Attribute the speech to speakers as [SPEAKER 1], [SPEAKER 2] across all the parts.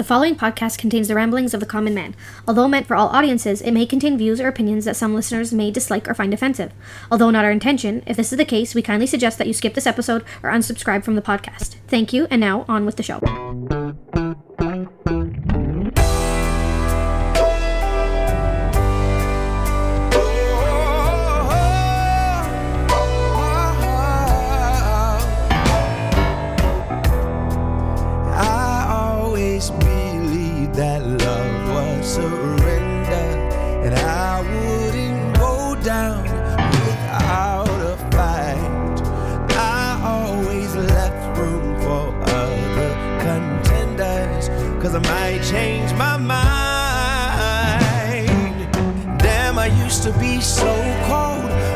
[SPEAKER 1] The following podcast contains the ramblings of the common man. Although meant for all audiences, it may contain views or opinions that some listeners may dislike or find offensive. Although not our intention, if this is the case, we kindly suggest that you skip this episode or unsubscribe from the podcast. Thank you, and now on with the show.
[SPEAKER 2] I always believed that love was surrender, and I wouldn't go down without a fight. I always left room for other contenders, cause I might change my mind. Damn, I used to be so cold.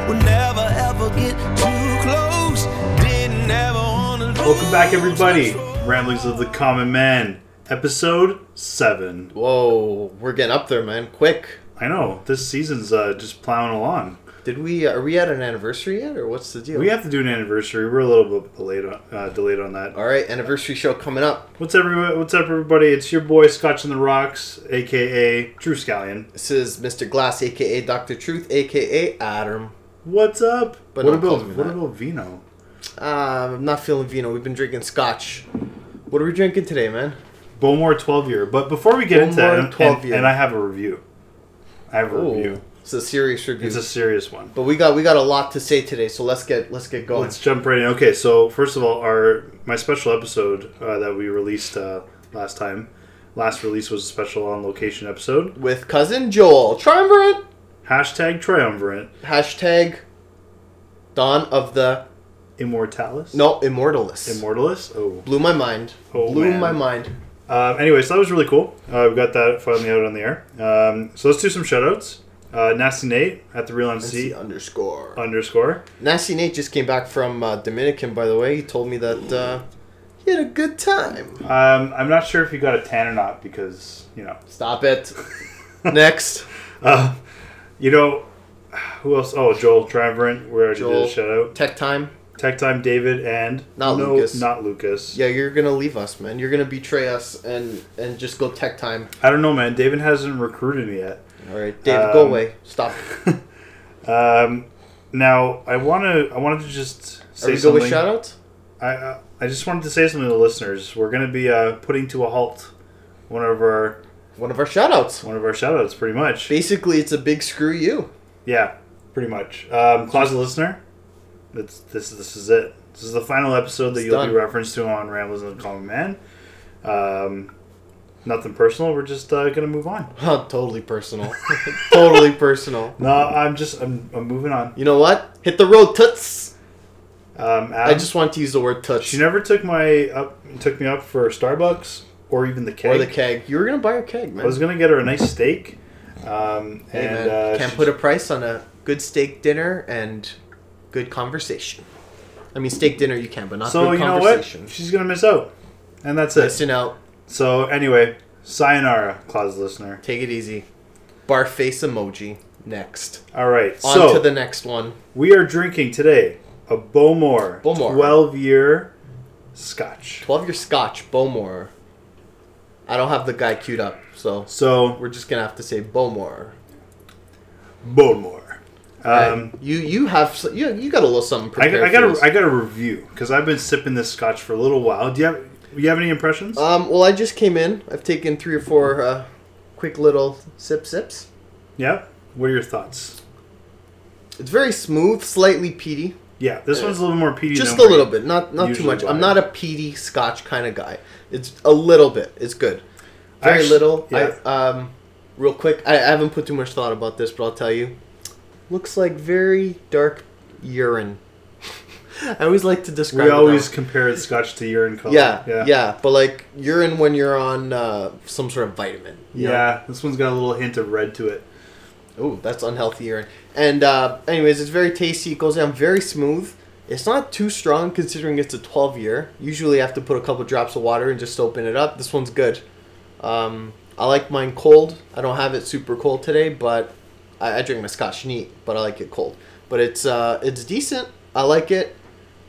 [SPEAKER 2] Would never ever get too close. Didn't ever wanna lose.
[SPEAKER 3] Welcome back, everybody.
[SPEAKER 2] control.
[SPEAKER 3] Ramblings of the Common Man, episode seven.
[SPEAKER 4] Whoa, we're getting up there, man! Quick.
[SPEAKER 3] I know this season's uh, just plowing along.
[SPEAKER 4] Did we? Are we at an anniversary yet, or what's the deal?
[SPEAKER 3] We have to do an anniversary. We're a little bit delayed on, uh, delayed on that.
[SPEAKER 4] All right, anniversary show coming up.
[SPEAKER 3] What's every What's up, everybody? It's your boy Scotch and the Rocks, aka Drew Scallion.
[SPEAKER 4] This is Mr. Glass, aka Doctor Truth, aka Adam.
[SPEAKER 3] What's up?
[SPEAKER 4] But
[SPEAKER 3] what
[SPEAKER 4] don't call
[SPEAKER 3] about
[SPEAKER 4] me
[SPEAKER 3] what
[SPEAKER 4] that.
[SPEAKER 3] about Vino?
[SPEAKER 4] Uh, I'm not feeling vino. We've been drinking scotch. What are we drinking today, man?
[SPEAKER 3] Bowmore twelve year. But before we get into
[SPEAKER 4] Bowmore
[SPEAKER 3] that, and-
[SPEAKER 4] 12
[SPEAKER 3] and,
[SPEAKER 4] year.
[SPEAKER 3] and I have a review. I have a
[SPEAKER 4] Ooh,
[SPEAKER 3] review.
[SPEAKER 4] it's a serious review.
[SPEAKER 3] It's a serious one.
[SPEAKER 4] but we got we got a lot to say today, so let's get let's get going.
[SPEAKER 3] Oh, Let's jump right in. Okay, so first of all, our my special episode uh, that we released uh, last time, last release was a special on location episode.
[SPEAKER 4] With cousin Joel, triumvirate.
[SPEAKER 3] Hashtag triumvirate
[SPEAKER 4] Hashtag Dawn of the
[SPEAKER 3] immortalis.
[SPEAKER 4] No Immortalis.
[SPEAKER 3] immortalis. Oh.
[SPEAKER 4] Blew my mind.
[SPEAKER 3] Oh,
[SPEAKER 4] Blew
[SPEAKER 3] man.
[SPEAKER 4] my mind.
[SPEAKER 3] Um, anyway, so that was really cool. Uh, we got that finally out on the air. Um, so let's do some shoutouts. Uh, Nasty Nate at the Real
[SPEAKER 4] See
[SPEAKER 3] NC
[SPEAKER 4] underscore.
[SPEAKER 3] underscore.
[SPEAKER 4] Nasty Nate just came back from uh, Dominican, by the way. He told me that uh, he had a good time.
[SPEAKER 3] Um, I'm not sure if you got a tan or not because you know
[SPEAKER 4] Stop it. Next,
[SPEAKER 3] Uh, you know who else? Oh, Joel Triumvirate. We already
[SPEAKER 4] Joel.
[SPEAKER 3] did a shout out.
[SPEAKER 4] tech time.
[SPEAKER 3] Tech Time David and
[SPEAKER 4] Not
[SPEAKER 3] no,
[SPEAKER 4] Lucas.
[SPEAKER 3] Not Lucas.
[SPEAKER 4] Yeah, you're gonna leave us, man. You're gonna betray us and and just go tech time.
[SPEAKER 3] I don't know, man. David hasn't recruited me yet.
[SPEAKER 4] All right, David, go
[SPEAKER 3] Um,
[SPEAKER 4] away. Stop.
[SPEAKER 3] Um, now I want to. I wanted to just
[SPEAKER 4] Are
[SPEAKER 3] say
[SPEAKER 4] we good
[SPEAKER 3] something.
[SPEAKER 4] with shoutouts?
[SPEAKER 3] I uh, I just wanted to say something to the listeners. We're going to be uh, putting to a halt one of our
[SPEAKER 4] One of our shoutouts.
[SPEAKER 3] one of our shoutouts, pretty much.
[SPEAKER 4] Basically, it's a big screw you.
[SPEAKER 3] Yeah, pretty much. Um, closet listener, that's this. This is it. This is the final episode that
[SPEAKER 4] It's
[SPEAKER 3] you'll
[SPEAKER 4] done.
[SPEAKER 3] be referenced to on Rambles and the Common Man. Um, nothing personal. We're just uh, gonna move on.
[SPEAKER 4] Huh, totally personal. totally personal.
[SPEAKER 3] No, I'm just I'm, I'm moving on.
[SPEAKER 4] You know what? Hit the road, toots.
[SPEAKER 3] Um, Adam,
[SPEAKER 4] I just want to use the word toots.
[SPEAKER 3] she never took my up took me up for Starbucks or even the keg.
[SPEAKER 4] or the keg. You were gonna buy her keg, man.
[SPEAKER 3] I was gonna get her a nice steak. Um,
[SPEAKER 4] Hey
[SPEAKER 3] and
[SPEAKER 4] man,
[SPEAKER 3] uh,
[SPEAKER 4] can't
[SPEAKER 3] she-
[SPEAKER 4] put a price on a good steak dinner and good conversation. I mean, steak dinner you can, but not
[SPEAKER 3] so
[SPEAKER 4] good
[SPEAKER 3] you know what?
[SPEAKER 4] conversation.
[SPEAKER 3] She's gonna miss out, and that's it.
[SPEAKER 4] Listen out,
[SPEAKER 3] So anyway, sayonara, closet listener.
[SPEAKER 4] take it easy. Bar face emoji. Next,
[SPEAKER 3] All right,
[SPEAKER 4] on
[SPEAKER 3] so
[SPEAKER 4] to the next one.
[SPEAKER 3] we are drinking today a Bowmore,
[SPEAKER 4] Bowmore.
[SPEAKER 3] twelve year Scotch.
[SPEAKER 4] Twelve year Scotch Bowmore. I don't have the guy queued up, so
[SPEAKER 3] So
[SPEAKER 4] we're just gonna have to say Bowmore.
[SPEAKER 3] Bowmore. Um,
[SPEAKER 4] Right? you you have s- you you got a little something
[SPEAKER 3] I,
[SPEAKER 4] prepared.
[SPEAKER 3] I got
[SPEAKER 4] for
[SPEAKER 3] a,
[SPEAKER 4] this.
[SPEAKER 3] I got a review because I've been sipping this scotch for a little while. Do you have do you have any impressions?
[SPEAKER 4] um, well, I just came in. I've taken three or four uh, quick little sip sips.
[SPEAKER 3] yeah. What are your thoughts?
[SPEAKER 4] It's very smooth, slightly peaty.
[SPEAKER 3] Yeah, this one's a little more peaty.
[SPEAKER 4] Uh, just a
[SPEAKER 3] than
[SPEAKER 4] little
[SPEAKER 3] Brady.
[SPEAKER 4] bit not not too
[SPEAKER 3] usually
[SPEAKER 4] much i'm
[SPEAKER 3] buy.
[SPEAKER 4] not a peaty scotch kind of guy it's a little bit it's good
[SPEAKER 3] I
[SPEAKER 4] very
[SPEAKER 3] actu-
[SPEAKER 4] little
[SPEAKER 3] yeah.
[SPEAKER 4] I, um real quick I, I haven't put too much thought about this but i'll tell you looks like very dark urine i always like to describe
[SPEAKER 3] We
[SPEAKER 4] it that
[SPEAKER 3] always
[SPEAKER 4] way.
[SPEAKER 3] compare scotch to urine color.
[SPEAKER 4] yeah,
[SPEAKER 3] yeah,
[SPEAKER 4] yeah but like urine when you're on uh, some sort of vitamin you know?
[SPEAKER 3] Yeah, This one's got a little hint of red to it.
[SPEAKER 4] Ooh, that's unhealthy urine. And uh, anyways, it's very tasty. It goes down very smooth. It's not too strong considering it's a 12 year. Usually, I have to put a couple drops of water and just open it up. This one's good. Um, I like mine cold. I don't have it super cold today, but I, I drink my Scotch neat, but I like it cold. But it's uh, it's decent. I like it.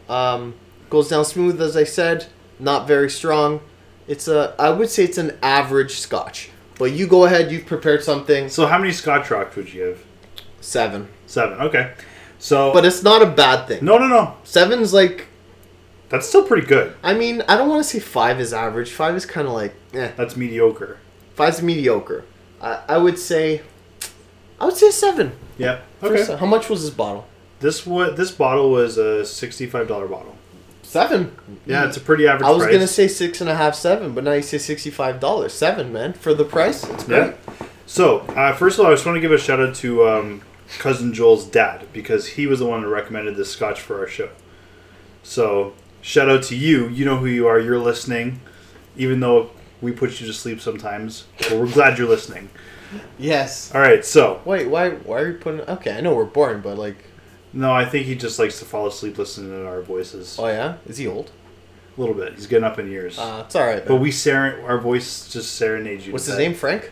[SPEAKER 4] Um, goes down smooth, as I said. Not very strong. It's a. I would say it's an average Scotch. But you go ahead. You've prepared something.
[SPEAKER 3] So how many Scotch Rocks would you give?
[SPEAKER 4] Seven.
[SPEAKER 3] Seven. Okay. So
[SPEAKER 4] But it's not a bad thing.
[SPEAKER 3] no, no, no.
[SPEAKER 4] Seven's like.
[SPEAKER 3] That's still pretty good.
[SPEAKER 4] I mean, I don't want to say five is average. Five is kind of like. Eh.
[SPEAKER 3] That's mediocre.
[SPEAKER 4] Five's mediocre. I, I would say. I would say seven.
[SPEAKER 3] Yeah.
[SPEAKER 4] For
[SPEAKER 3] Okay.
[SPEAKER 4] se- How much was this bottle?
[SPEAKER 3] This what this bottle was a sixty-five dollar bottle.
[SPEAKER 4] Seven.
[SPEAKER 3] Yeah, it's a pretty average.
[SPEAKER 4] Mm. I was
[SPEAKER 3] price.
[SPEAKER 4] gonna say six and a half, seven, but now you say sixty-five dollars. Seven, man, for the price, it's
[SPEAKER 3] Yeah.
[SPEAKER 4] great.
[SPEAKER 3] So, uh, first of all, I just want to give a shout out to um, cousin Joel's dad because he was the one who recommended this scotch for our show. So, shout out to you. You know who you are. You're listening, even though we put you to sleep sometimes. But we're glad you're listening.
[SPEAKER 4] Yes.
[SPEAKER 3] All right. So,
[SPEAKER 4] Wait, why? Why are you putting? Okay, I know we're boring, but like,
[SPEAKER 3] no, I think he just likes to fall asleep listening to our voices
[SPEAKER 4] oh yeah, is he old?
[SPEAKER 3] a little bit. He's getting up in years.
[SPEAKER 4] Uh, it's all right.
[SPEAKER 3] but
[SPEAKER 4] man.
[SPEAKER 3] we seren- our voice just serenades you. to
[SPEAKER 4] What's his
[SPEAKER 3] bed.
[SPEAKER 4] name? Frank.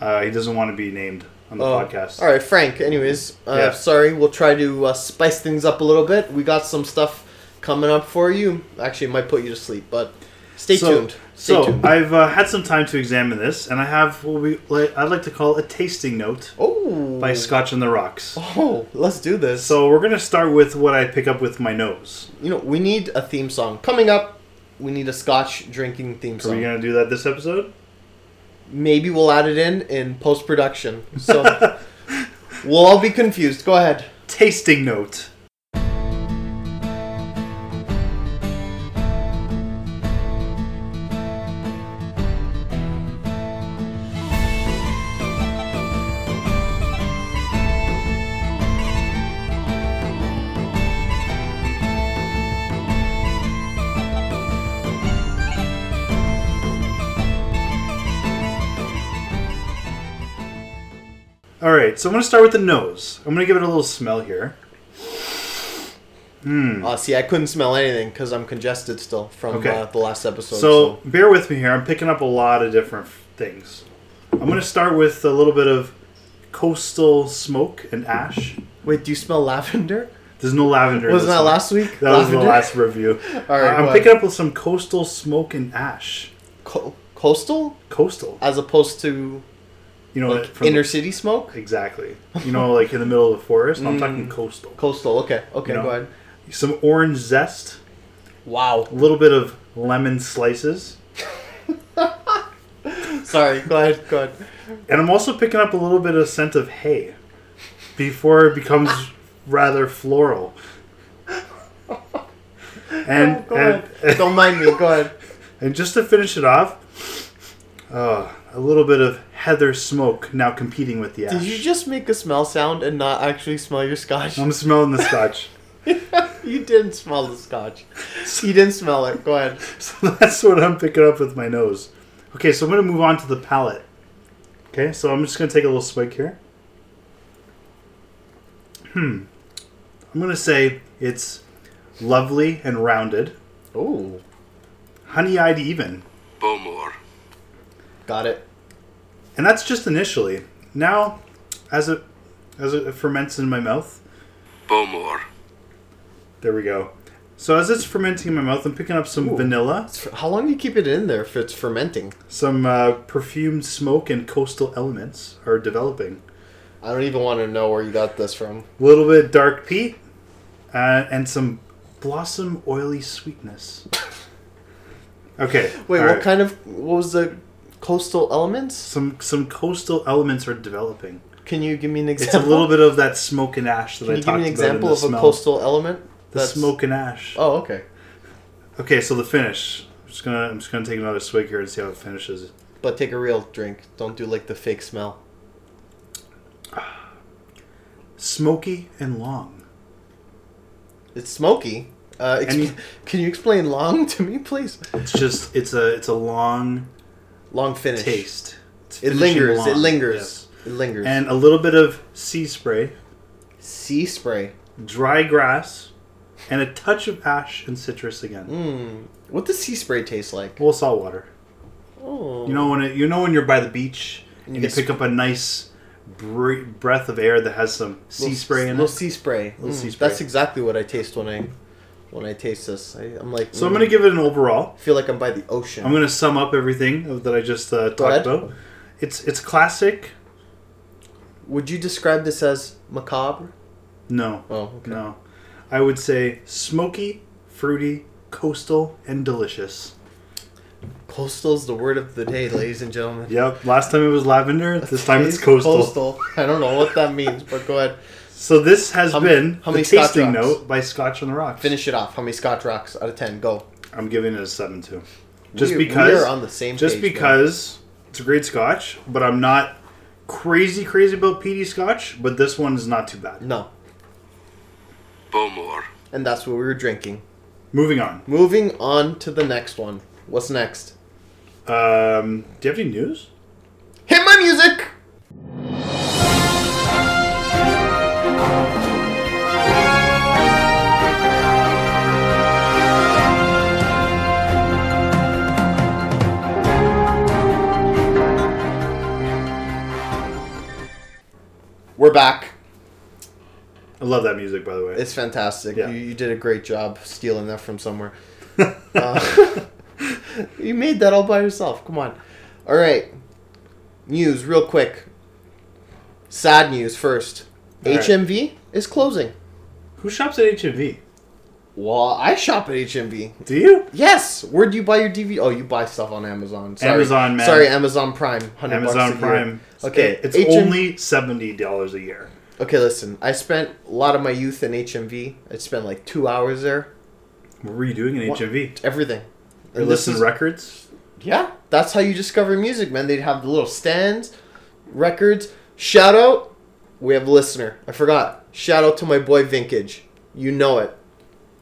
[SPEAKER 3] Uh, he doesn't want to be named on the
[SPEAKER 4] Oh,
[SPEAKER 3] podcast.
[SPEAKER 4] All right, Frank. Anyways, uh,
[SPEAKER 3] Yeah.
[SPEAKER 4] sorry. We'll try to uh, spice things up a little bit. We got some stuff coming up for you. Actually, it might put you to sleep, but stay tuned. Stay
[SPEAKER 3] so
[SPEAKER 4] tuned.
[SPEAKER 3] I've uh, had some time to examine this, and I have what we like, I'd like to call a tasting note
[SPEAKER 4] oh.
[SPEAKER 3] by Scotch on the Rocks.
[SPEAKER 4] Oh, let's do this.
[SPEAKER 3] So we're gonna start with what I pick up with my nose.
[SPEAKER 4] You know, we need a theme song coming up. We need a Scotch drinking theme
[SPEAKER 3] Are
[SPEAKER 4] song.
[SPEAKER 3] we gonna do that this episode?
[SPEAKER 4] Maybe we'll add it in in post production. So we'll all be confused. Go ahead.
[SPEAKER 3] Tasting note. All right, so I'm gonna start with the nose. I'm gonna give it a little smell here.
[SPEAKER 4] Uh, see, I couldn't smell anything because I'm congested still from
[SPEAKER 3] Hmm. Okay.
[SPEAKER 4] uh, the last episode.
[SPEAKER 3] So bear with me here. I'm picking up a lot of different things. I'm gonna start with a little bit of coastal smoke and ash.
[SPEAKER 4] wait, do you smell lavender?
[SPEAKER 3] There's no lavender. in
[SPEAKER 4] Wasn't
[SPEAKER 3] this
[SPEAKER 4] that
[SPEAKER 3] one.
[SPEAKER 4] last week?
[SPEAKER 3] That was the
[SPEAKER 4] Lavender?
[SPEAKER 3] last review.
[SPEAKER 4] All right,
[SPEAKER 3] Uh,
[SPEAKER 4] go
[SPEAKER 3] I'm
[SPEAKER 4] ahead.
[SPEAKER 3] picking up with some coastal smoke and ash.
[SPEAKER 4] Co- coastal,
[SPEAKER 3] Coastal,
[SPEAKER 4] as opposed to
[SPEAKER 3] you know,
[SPEAKER 4] like
[SPEAKER 3] from-
[SPEAKER 4] inner city smoke.
[SPEAKER 3] exactly. You know, like in the middle of the forest.
[SPEAKER 4] Mm.
[SPEAKER 3] I'm talking coastal.
[SPEAKER 4] Coastal. Okay. Okay.
[SPEAKER 3] You know.
[SPEAKER 4] Go ahead.
[SPEAKER 3] Some orange zest,
[SPEAKER 4] Wow.
[SPEAKER 3] a little bit of lemon slices,
[SPEAKER 4] Sorry. Go ahead. Go ahead.
[SPEAKER 3] and I'm also picking up a little bit of scent of hay, before it becomes rather floral. And
[SPEAKER 4] Oh, Go
[SPEAKER 3] and,
[SPEAKER 4] ahead. Don't mind me. Go ahead.
[SPEAKER 3] and just to finish it off, uh, a little bit of heather smoke now competing with the ash.
[SPEAKER 4] Did you just make a smell sound and not actually smell your scotch?
[SPEAKER 3] I'm smelling the scotch.
[SPEAKER 4] You didn't smell the scotch. You didn't smell it. Go ahead.
[SPEAKER 3] So that's what I'm picking up with my nose. Okay, so I'm going to move on to the palate. Okay, so I'm just going to take a little swig here. Hmm. I'm going to say it's lovely and rounded,
[SPEAKER 4] Oh,
[SPEAKER 3] honey eyed even.
[SPEAKER 5] Bowmore.
[SPEAKER 4] got it.
[SPEAKER 3] And that's just initially. Now, as it, as it ferments in my mouth,
[SPEAKER 5] Bowmore.
[SPEAKER 3] there we go. So as it's fermenting in my mouth, I'm picking up some vanilla,
[SPEAKER 4] It's- How long do you keep it in there if it's fermenting?
[SPEAKER 3] some uh, perfumed smoke, and coastal elements are developing.
[SPEAKER 4] I don't even want to know where you got this from.
[SPEAKER 3] little bit dark peat, uh, and some blossom oily sweetness. Okay.
[SPEAKER 4] Wait,
[SPEAKER 3] all
[SPEAKER 4] what
[SPEAKER 3] right.
[SPEAKER 4] kind of what was the coastal elements?
[SPEAKER 3] Some some coastal elements are developing.
[SPEAKER 4] Can you give me an
[SPEAKER 3] It's a
[SPEAKER 4] example?
[SPEAKER 3] little bit of that smoke and ash that
[SPEAKER 4] Can
[SPEAKER 3] I
[SPEAKER 4] you
[SPEAKER 3] talked
[SPEAKER 4] give
[SPEAKER 3] about.
[SPEAKER 4] me an example
[SPEAKER 3] in the
[SPEAKER 4] of
[SPEAKER 3] smell.
[SPEAKER 4] a coastal element?
[SPEAKER 3] The smoke and ash.
[SPEAKER 4] Oh, okay.
[SPEAKER 3] Okay, so the finish. I'm just gonna I'm just gonna take another swig here and see how it finishes.
[SPEAKER 4] But take a real drink. Don't do like the fake smell.
[SPEAKER 3] Smoky and long.
[SPEAKER 4] It's smoky. Uh, ex-
[SPEAKER 3] And you-
[SPEAKER 4] can you explain long to me, please?
[SPEAKER 3] It's just it's a it's a long
[SPEAKER 4] Long finish.
[SPEAKER 3] taste. It's
[SPEAKER 4] It
[SPEAKER 3] finishing
[SPEAKER 4] lingers. It
[SPEAKER 3] long,
[SPEAKER 4] lingers. It lingers.
[SPEAKER 3] yes. And a little bit of sea spray.
[SPEAKER 4] sea spray.
[SPEAKER 3] dry grass, and a touch of ash and citrus again.
[SPEAKER 4] Mm. What does sea spray taste like?
[SPEAKER 3] Well, salt water.
[SPEAKER 4] Oh.
[SPEAKER 3] You know when it, you know when you're by the beach and
[SPEAKER 4] you
[SPEAKER 3] you,
[SPEAKER 4] get
[SPEAKER 3] pick up a nice bre- breath of air that has some sea spray in
[SPEAKER 4] little
[SPEAKER 3] it.
[SPEAKER 4] sea spray. Mm,
[SPEAKER 3] Little sea
[SPEAKER 4] That's
[SPEAKER 3] spray.
[SPEAKER 4] exactly what I taste when I when I taste this. I, I'm like, mm,
[SPEAKER 3] So I'm gonna give it an overall.
[SPEAKER 4] feel like I'm by the ocean.
[SPEAKER 3] I'm gonna sum up everything that I just uh,
[SPEAKER 4] ahead.
[SPEAKER 3] talked about. It's it's classic.
[SPEAKER 4] Would you describe this as macabre?
[SPEAKER 3] No,
[SPEAKER 4] Oh, okay.
[SPEAKER 3] no. I would say smoky, fruity, coastal, and delicious.
[SPEAKER 4] Coastal's the word of the day, ladies and gentlemen.
[SPEAKER 3] Yep. Last time it was lavender. This time it's coastal.
[SPEAKER 4] coastal. I don't know what that means, but go ahead.
[SPEAKER 3] So this has
[SPEAKER 4] How many-
[SPEAKER 3] been
[SPEAKER 4] how
[SPEAKER 3] the
[SPEAKER 4] many Scotch
[SPEAKER 3] tasting
[SPEAKER 4] Rocks?
[SPEAKER 3] note by Scotch on the Rocks.
[SPEAKER 4] Finish it off. How many Scotch rocks out of ten? Go.
[SPEAKER 3] I'm giving it a seven two. Just
[SPEAKER 4] We- we
[SPEAKER 3] because
[SPEAKER 4] are on the same
[SPEAKER 3] Just
[SPEAKER 4] page, man.
[SPEAKER 3] because it's a great Scotch, but I'm not crazy crazy about peaty Scotch. But this one is not too bad.
[SPEAKER 4] No.
[SPEAKER 5] Bowmore,
[SPEAKER 4] And that's what we were drinking.
[SPEAKER 3] Moving on.
[SPEAKER 4] Moving on to the next one. What's next?
[SPEAKER 3] Um, do you have any news?
[SPEAKER 4] Hit my music. We're back.
[SPEAKER 3] I love that music, by the way.
[SPEAKER 4] It's fantastic.
[SPEAKER 3] Yeah.
[SPEAKER 4] You, you did a great job stealing that from somewhere. uh, you made that all by yourself. Come on. All right. News, real quick. Sad news first.
[SPEAKER 3] All right.
[SPEAKER 4] HMV is closing.
[SPEAKER 3] Who shops at HMV?
[SPEAKER 4] Well, I shop at HMV.
[SPEAKER 3] Do you?
[SPEAKER 4] Yes. Where do you buy your DVD? Oh, you buy stuff on Amazon. Sorry.
[SPEAKER 3] Amazon, man.
[SPEAKER 4] Sorry, Amazon Prime. 100 bucks
[SPEAKER 3] Amazon
[SPEAKER 4] a year.
[SPEAKER 3] Prime.
[SPEAKER 4] Okay.
[SPEAKER 3] it's
[SPEAKER 4] HM
[SPEAKER 3] only seventy dollars a year.
[SPEAKER 4] Okay, listen. I spent a lot of my youth in HMV. I spent like two hours there.
[SPEAKER 3] What were you doing in
[SPEAKER 4] What?
[SPEAKER 3] HMV?
[SPEAKER 4] Everything.
[SPEAKER 3] You're
[SPEAKER 4] And this
[SPEAKER 3] listening
[SPEAKER 4] is-
[SPEAKER 3] to records.
[SPEAKER 4] Yeah, that's how you discover music, man. They'd have the little stands, records. Shout out, we have a listener. I forgot. Shout out to my boy Vintage. You know it.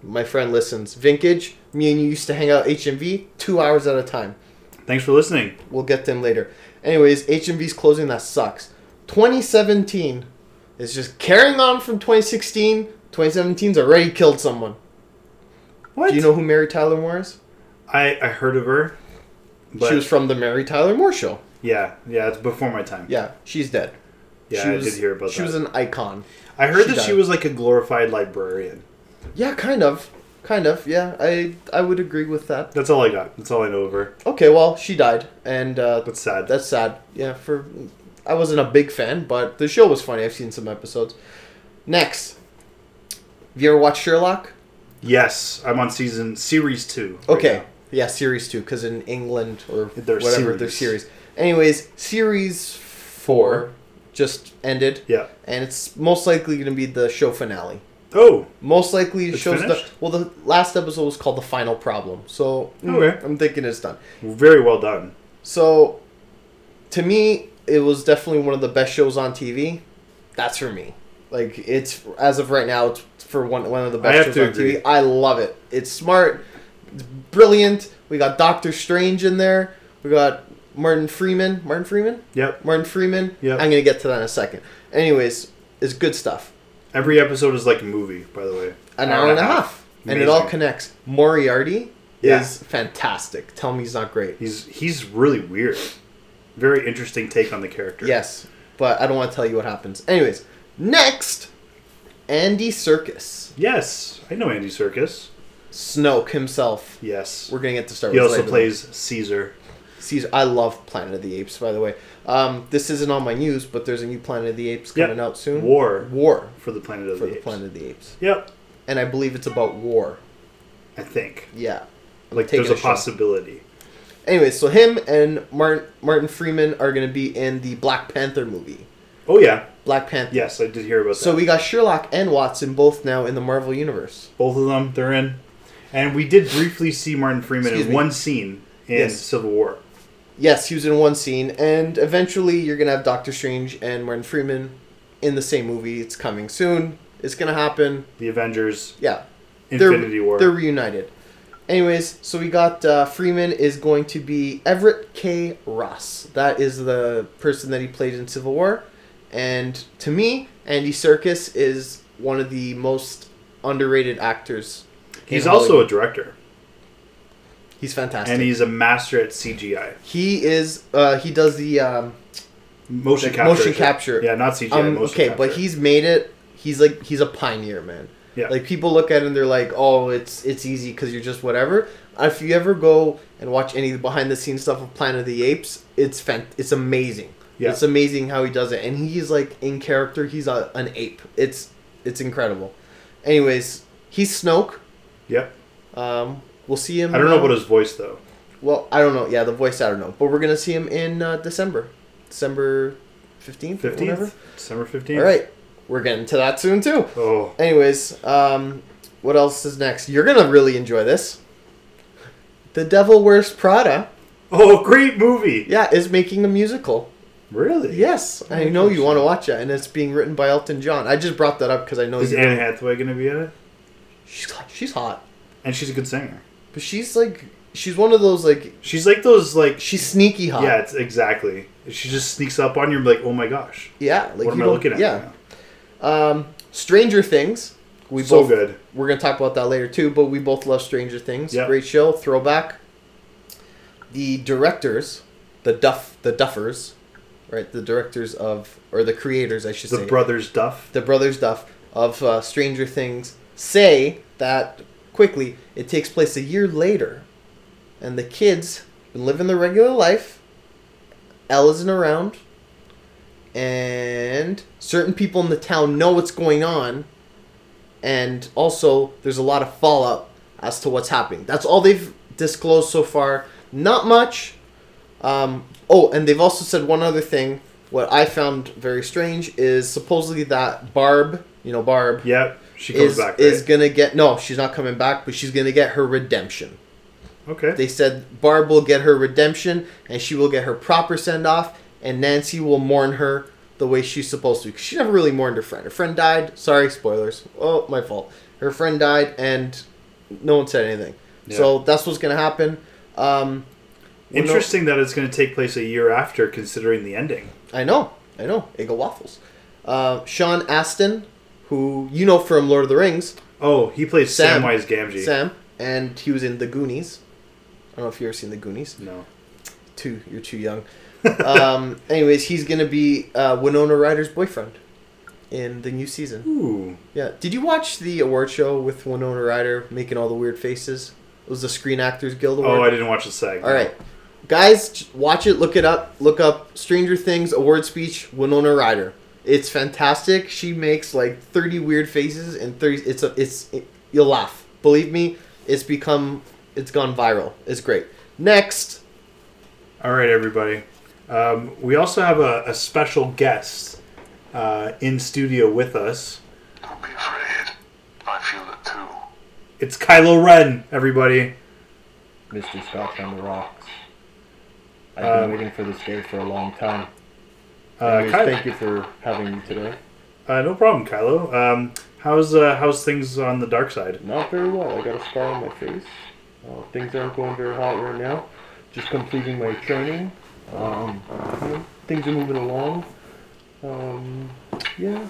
[SPEAKER 4] My friend listens. Vintage, me and you used to hang out at HMV two hours at a time.
[SPEAKER 3] Thanks for listening.
[SPEAKER 4] We'll get them later. Anyways, HMV's closing. That sucks. 2017 is just carrying on from 2016. 2017's already killed someone.
[SPEAKER 3] What?
[SPEAKER 4] Do you know who Mary Tyler Moore is?
[SPEAKER 3] I I heard of her. But
[SPEAKER 4] she was from the Mary Tyler Moore show.
[SPEAKER 3] yeah, yeah. It's before my time.
[SPEAKER 4] Yeah, she's dead.
[SPEAKER 3] yeah.
[SPEAKER 4] she
[SPEAKER 3] I
[SPEAKER 4] was,
[SPEAKER 3] did hear about
[SPEAKER 4] she
[SPEAKER 3] that.
[SPEAKER 4] was an icon.
[SPEAKER 3] I heard
[SPEAKER 4] She
[SPEAKER 3] that she
[SPEAKER 4] died.
[SPEAKER 3] was like a glorified librarian.
[SPEAKER 4] Yeah, kind of. Kind of, yeah. I I would agree with that.
[SPEAKER 3] That's all I got. That's all I know of her.
[SPEAKER 4] Okay, well, she died, and uh,
[SPEAKER 3] That's sad.
[SPEAKER 4] that's sad. Yeah, for I wasn't a big fan, but the show was funny. I've seen some episodes. Next, have you ever watched Sherlock?
[SPEAKER 3] yes, I'm on season series two. right
[SPEAKER 4] Okay,
[SPEAKER 3] now.
[SPEAKER 4] yeah, series two, because in England or
[SPEAKER 3] They're
[SPEAKER 4] whatever their
[SPEAKER 3] series.
[SPEAKER 4] series. Anyways, series four just ended.
[SPEAKER 3] Yeah.
[SPEAKER 4] and it's most likely going to be the show finale.
[SPEAKER 3] Oh,
[SPEAKER 4] Most likely it
[SPEAKER 3] It's
[SPEAKER 4] shows the
[SPEAKER 3] finished?
[SPEAKER 4] well the last episode was called the final problem. So mm,
[SPEAKER 3] Okay.
[SPEAKER 4] I'm thinking it's done.
[SPEAKER 3] very well done.
[SPEAKER 4] So to me it was definitely one of the best shows on TV. That's for me. Like it's as of right now it's for one one of the
[SPEAKER 3] I have
[SPEAKER 4] best shows
[SPEAKER 3] to
[SPEAKER 4] on
[SPEAKER 3] agree.
[SPEAKER 4] TV. I love it. It's smart. It's brilliant. We got Doctor Strange in there. We got Martin Freeman. Martin Freeman?
[SPEAKER 3] Yep.
[SPEAKER 4] Martin Freeman.
[SPEAKER 3] Yeah.
[SPEAKER 4] I'm going to get to that in a second. Anyways, it's good stuff
[SPEAKER 3] Every episode is like a movie, by the way.
[SPEAKER 4] an hour, and a half, and it all
[SPEAKER 3] Amazing.
[SPEAKER 4] connects. Moriarty
[SPEAKER 3] Yeah.
[SPEAKER 4] is fantastic. Tell me he's not great.
[SPEAKER 3] He's he's really weird. Very interesting take on the character.
[SPEAKER 4] Yes, but I don't want to tell you what happens. Anyways, next, Andy Circus,
[SPEAKER 3] Yes, I know Andy Circus.
[SPEAKER 4] Snoke himself.
[SPEAKER 3] Yes.
[SPEAKER 4] We're gonna get to Star
[SPEAKER 3] he
[SPEAKER 4] Wars.
[SPEAKER 3] also
[SPEAKER 4] later.
[SPEAKER 3] plays Caesar.
[SPEAKER 4] Caesar. I love Planet of the Apes. By the way, um, this isn't on my news, but there's a new Planet of the Apes
[SPEAKER 3] Yep.
[SPEAKER 4] coming out soon.
[SPEAKER 3] War.
[SPEAKER 4] War
[SPEAKER 3] for the Planet of
[SPEAKER 4] for
[SPEAKER 3] the,
[SPEAKER 4] the
[SPEAKER 3] Apes.
[SPEAKER 4] Planet of the Apes,
[SPEAKER 3] Yep,
[SPEAKER 4] and I believe it's about war.
[SPEAKER 3] I think.
[SPEAKER 4] Yeah. I'm
[SPEAKER 3] Like
[SPEAKER 4] taking
[SPEAKER 3] there's a,
[SPEAKER 4] shot.
[SPEAKER 3] possibility.
[SPEAKER 4] Anyway, so him and Martin Martin Freeman are gonna be in the Black Panther movie.
[SPEAKER 3] Oh yeah,
[SPEAKER 4] Black Panther.
[SPEAKER 3] yes, I did hear about
[SPEAKER 4] So
[SPEAKER 3] that.
[SPEAKER 4] we got Sherlock and Watson both now in the Marvel universe.
[SPEAKER 3] Both of them, they're in, and we did briefly see Martin Freeman
[SPEAKER 4] Excuse
[SPEAKER 3] in
[SPEAKER 4] me.
[SPEAKER 3] one scene in
[SPEAKER 4] Yes.
[SPEAKER 3] Civil War.
[SPEAKER 4] Yes, he was in one scene, and eventually you're gonna have Doctor Strange and Martin Freeman in the same movie. It's coming soon. It's gonna happen.
[SPEAKER 3] The Avengers,
[SPEAKER 4] Yeah,
[SPEAKER 3] Infinity
[SPEAKER 4] they're,
[SPEAKER 3] War.
[SPEAKER 4] They're reunited. Anyways, so we got uh, Freeman is going to be Everett K. Ross. That is the person that he played in Civil War, and to me, Andy Serkis is one of the most underrated actors. in
[SPEAKER 3] He's also
[SPEAKER 4] Hollywood.
[SPEAKER 3] a director,
[SPEAKER 4] he's fantastic.
[SPEAKER 3] and he's a master at CGI,
[SPEAKER 4] He is. Uh, he does the. Um,
[SPEAKER 3] motion
[SPEAKER 4] The
[SPEAKER 3] capture.
[SPEAKER 4] motion
[SPEAKER 3] shit.
[SPEAKER 4] capture.
[SPEAKER 3] Yeah, not CGI.
[SPEAKER 4] um,
[SPEAKER 3] motion
[SPEAKER 4] okay,
[SPEAKER 3] capture.
[SPEAKER 4] but he's made it. He's like he's a pioneer, man.
[SPEAKER 3] Yeah.
[SPEAKER 4] Like people look at it and they're like, "Oh, it's it's easy because you're just whatever." If you ever go and watch any of the behind the scenes stuff of Planet of the Apes, it's fan- it's amazing.
[SPEAKER 3] Yeah.
[SPEAKER 4] It's amazing how he does it, and he's like in character. He's a, an ape. It's it's incredible. Anyways, he's Snoke.
[SPEAKER 3] Yep.
[SPEAKER 4] Um, we'll see him.
[SPEAKER 3] I don't know
[SPEAKER 4] uh,
[SPEAKER 3] about his voice though.
[SPEAKER 4] Well, I don't know. Yeah, the voice, I don't know. But we're going to see him in uh, December. December 15th? 15th? Whatever.
[SPEAKER 3] Fifteenth, December fifteenth.
[SPEAKER 4] All right. We're getting to that soon, too.
[SPEAKER 3] Oh,
[SPEAKER 4] Anyways, um, what else is next? You're going to really enjoy this. The Devil Wears Prada,
[SPEAKER 3] oh, great movie.
[SPEAKER 4] yeah, is making a musical.
[SPEAKER 3] Really?
[SPEAKER 4] Yes, I know you want to watch it, and it's being written by Elton John. I just brought that up because I know
[SPEAKER 3] Is
[SPEAKER 4] you.
[SPEAKER 3] Anne Hathaway gonna be in it?
[SPEAKER 4] She's hot. She's hot,
[SPEAKER 3] And she's a good singer.
[SPEAKER 4] but she's like, she's one of those like,
[SPEAKER 3] She's like those like.
[SPEAKER 4] she's sneaky hot.
[SPEAKER 3] Yeah, it's exactly. She just sneaks up on you and be like, oh my gosh,
[SPEAKER 4] yeah. Like
[SPEAKER 3] what am
[SPEAKER 4] you
[SPEAKER 3] I
[SPEAKER 4] don't-
[SPEAKER 3] looking at?
[SPEAKER 4] Yeah,
[SPEAKER 3] right now?
[SPEAKER 4] Um, Stranger Things. We
[SPEAKER 3] So
[SPEAKER 4] both,
[SPEAKER 3] good.
[SPEAKER 4] We're gonna talk about that later too, but we both love Stranger Things.
[SPEAKER 3] Yep.
[SPEAKER 4] Great show, throwback. The directors, the Duff, the Duffers, right? The directors of, or the creators, I should
[SPEAKER 3] The
[SPEAKER 4] say,
[SPEAKER 3] brothers Duff.
[SPEAKER 4] the brothers Duff of uh, Stranger Things say that quickly it takes place a year later, and the kids living their regular life. Elle isn't around, and certain people in the town know what's going on, and also there's a lot of fallout as to what's happening. That's all they've disclosed so far. Not much. Um, oh, and they've also said one other thing. What I found very strange is supposedly that Barb, you know Barb,
[SPEAKER 3] Yep. She comes
[SPEAKER 4] is
[SPEAKER 3] back. Right?
[SPEAKER 4] is gonna get no, she's not coming back, but she's gonna get her redemption.
[SPEAKER 3] okay.
[SPEAKER 4] They said Barb will get her redemption and she will get her proper send off, and Nancy will mourn her the way she's supposed to. 'Cause She never really mourned her friend. Her friend died. Sorry, spoilers. Oh, my fault. Her friend died, and no one said anything. So that's what's going to happen. Um, we're no-
[SPEAKER 3] Interesting that it's going to take place a year after, considering the ending.
[SPEAKER 4] I know, I know. Eggo waffles. Uh, Sean Astin, who you know from Lord of the Rings,
[SPEAKER 3] Oh, he plays
[SPEAKER 4] Sam.
[SPEAKER 3] Samwise Gamgee.
[SPEAKER 4] Sam, and he was in The Goonies. I don't know if you ever seen The Goonies.
[SPEAKER 3] No.
[SPEAKER 4] too you're too young. um, anyways, he's gonna be uh, Winona Ryder's boyfriend in the new season.
[SPEAKER 3] Ooh.
[SPEAKER 4] Yeah. Did you watch the award show with Winona Ryder making all the weird faces? It was the Screen Actors Guild Award.
[SPEAKER 3] Oh, I didn't watch the SAG.
[SPEAKER 4] All right, guys, j- watch it. Look it up. Look up Stranger Things award speech. Winona Ryder. It's fantastic. She makes like thirty weird faces and thirty. It's a. It's. It, you'll laugh. Believe me. It's become. It's gone viral. It's great. Next.
[SPEAKER 3] All right, everybody. Um, we also have a, a special guest uh, in studio with us.
[SPEAKER 5] Don't be afraid. I feel it too.
[SPEAKER 3] It's Kylo Ren, everybody.
[SPEAKER 6] Mr. Scotch on the rocks. I've
[SPEAKER 3] Um,
[SPEAKER 6] been waiting for this day for a long time.
[SPEAKER 3] Uh,
[SPEAKER 6] Anyways, thank
[SPEAKER 3] Kylo,
[SPEAKER 6] you for having me today.
[SPEAKER 3] uh, no problem, Kylo. Um, how's uh, how's things on the dark side?
[SPEAKER 6] Not very well. I got a scar on my face. Uh, things aren't going very hot right now. Just completing my training. Um, you know, things are moving along. Um, yeah,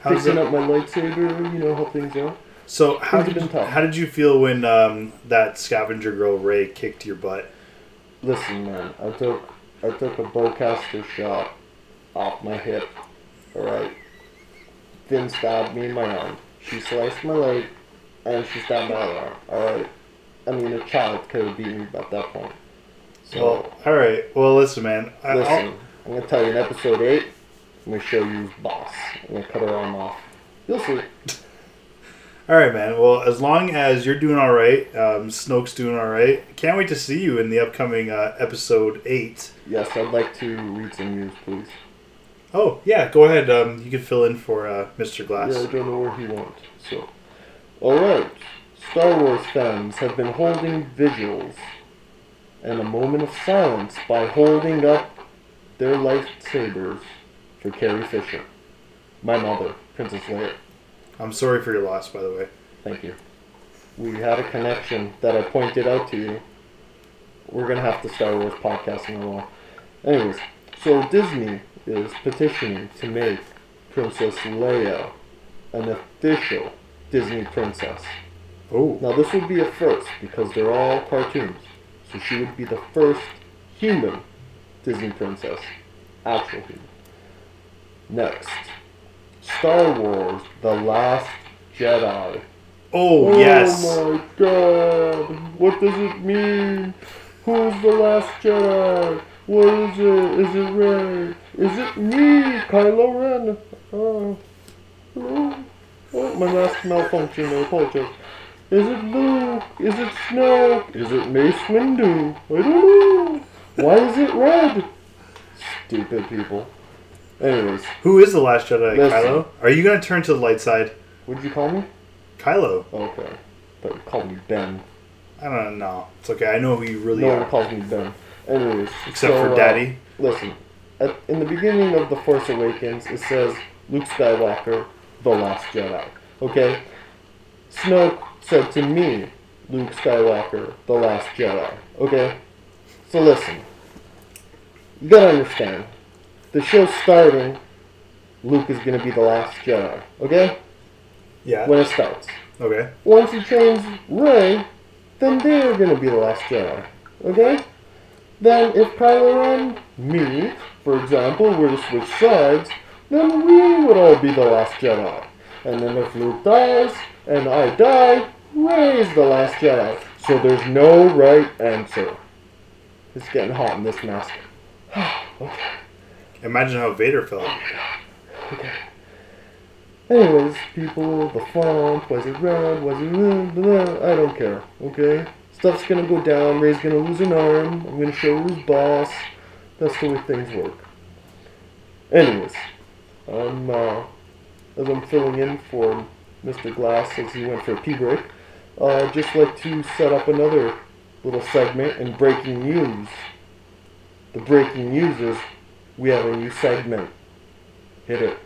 [SPEAKER 3] How's
[SPEAKER 6] fixing
[SPEAKER 3] it?
[SPEAKER 6] up my lightsaber. You know how things are.
[SPEAKER 3] So how
[SPEAKER 6] Things have
[SPEAKER 3] did,
[SPEAKER 6] been tough.
[SPEAKER 3] how did you feel when um, that scavenger girl Ray kicked your butt?
[SPEAKER 6] Listen, man. I took I took a bowcaster shot off my hip. All right. Then stabbed me in my arm. She sliced my leg, and she stabbed my other arm. All right. I mean, a child could have beaten me at that point. So
[SPEAKER 3] Well, all right. Well, listen, man. I,
[SPEAKER 6] listen, I'm gonna tell you in episode eight. I'm gonna show you who's boss. I'm gonna cut her arm off. You'll see.
[SPEAKER 3] All right, man. Well, as long as you're doing all right, um, Snoke's doing all right. Can't wait to see you in the upcoming uh, episode eight.
[SPEAKER 6] Yes, I'd like to read some news, please.
[SPEAKER 3] Oh yeah, go ahead. Um, you can fill in for uh, Mr. Glass.
[SPEAKER 6] Yeah, I don't know where he went. So, all right, Star Wars fans have been holding vigils and a moment of silence by holding up their lightsabers for Carrie Fisher, my mother, Princess Leia.
[SPEAKER 3] I'm sorry for your loss, by the way.
[SPEAKER 6] Thank you. We had a connection that I pointed out to you. We're gonna have to Star Wars podcasting along. Anyways, so Disney is petitioning to make Princess Leia an official Disney princess.
[SPEAKER 3] Oh,
[SPEAKER 6] Now this would be a first because they're all cartoons, so she would be the first human Disney princess, actual human. Next, Star Wars: The Last Jedi.
[SPEAKER 3] Oh, yes.
[SPEAKER 6] Oh my god. What does it mean? Who's the last Jedi? What is it? Is it Rey? Is it me? Kylo Ren? Oh. Hello? Oh, my mask malfunctioned. I apologize. Is it Luke? Is it Snoke? Is it Mace Windu? I don't know. Why is it red? Stupid people. Anyways,
[SPEAKER 3] Who is the last Jedi?
[SPEAKER 6] Listen.
[SPEAKER 3] Kylo? Are you going to turn to the light side?
[SPEAKER 6] what'd you call me?
[SPEAKER 3] Kylo.
[SPEAKER 6] Okay. But you called me Ben.
[SPEAKER 3] I don't know. It's okay. I know who you really
[SPEAKER 6] No
[SPEAKER 3] are.
[SPEAKER 6] one calls me Ben. Anyways.
[SPEAKER 3] Except
[SPEAKER 6] so,
[SPEAKER 3] for
[SPEAKER 6] uh,
[SPEAKER 3] Daddy.
[SPEAKER 6] listen, at, in the beginning of The Force Awakens, it says Luke Skywalker, the last Jedi. Okay? Snoke said to me, Luke Skywalker, the last Jedi. Okay? So listen. You gotta understand. The show's starting. Luke is gonna be the last Jedi. Okay?
[SPEAKER 3] Yeah.
[SPEAKER 6] When it starts.
[SPEAKER 3] Okay.
[SPEAKER 6] Once he trains Ray, then they're gonna be the last Jedi. Okay? Then if Kylo Ren, me, for example, were to switch sides, then we would all be the last Jedi. And then if Luke dies and I die, Rey is the last Jedi. So there's no right answer. It's getting hot in this mask.
[SPEAKER 3] Imagine how Vader felt.
[SPEAKER 6] Anyways, people, the font, was it red, was it red, blah, blah, I don't care, okay? Stuff's gonna go down, Ray's gonna lose an arm, I'm gonna show who's boss. That's the way things work. Anyways, I'm, uh, as I'm filling in for Mr. Glass as he went for a pee break, uh, I'd just like to set up another little segment in breaking news. The breaking news is we have a new segment. Hit it.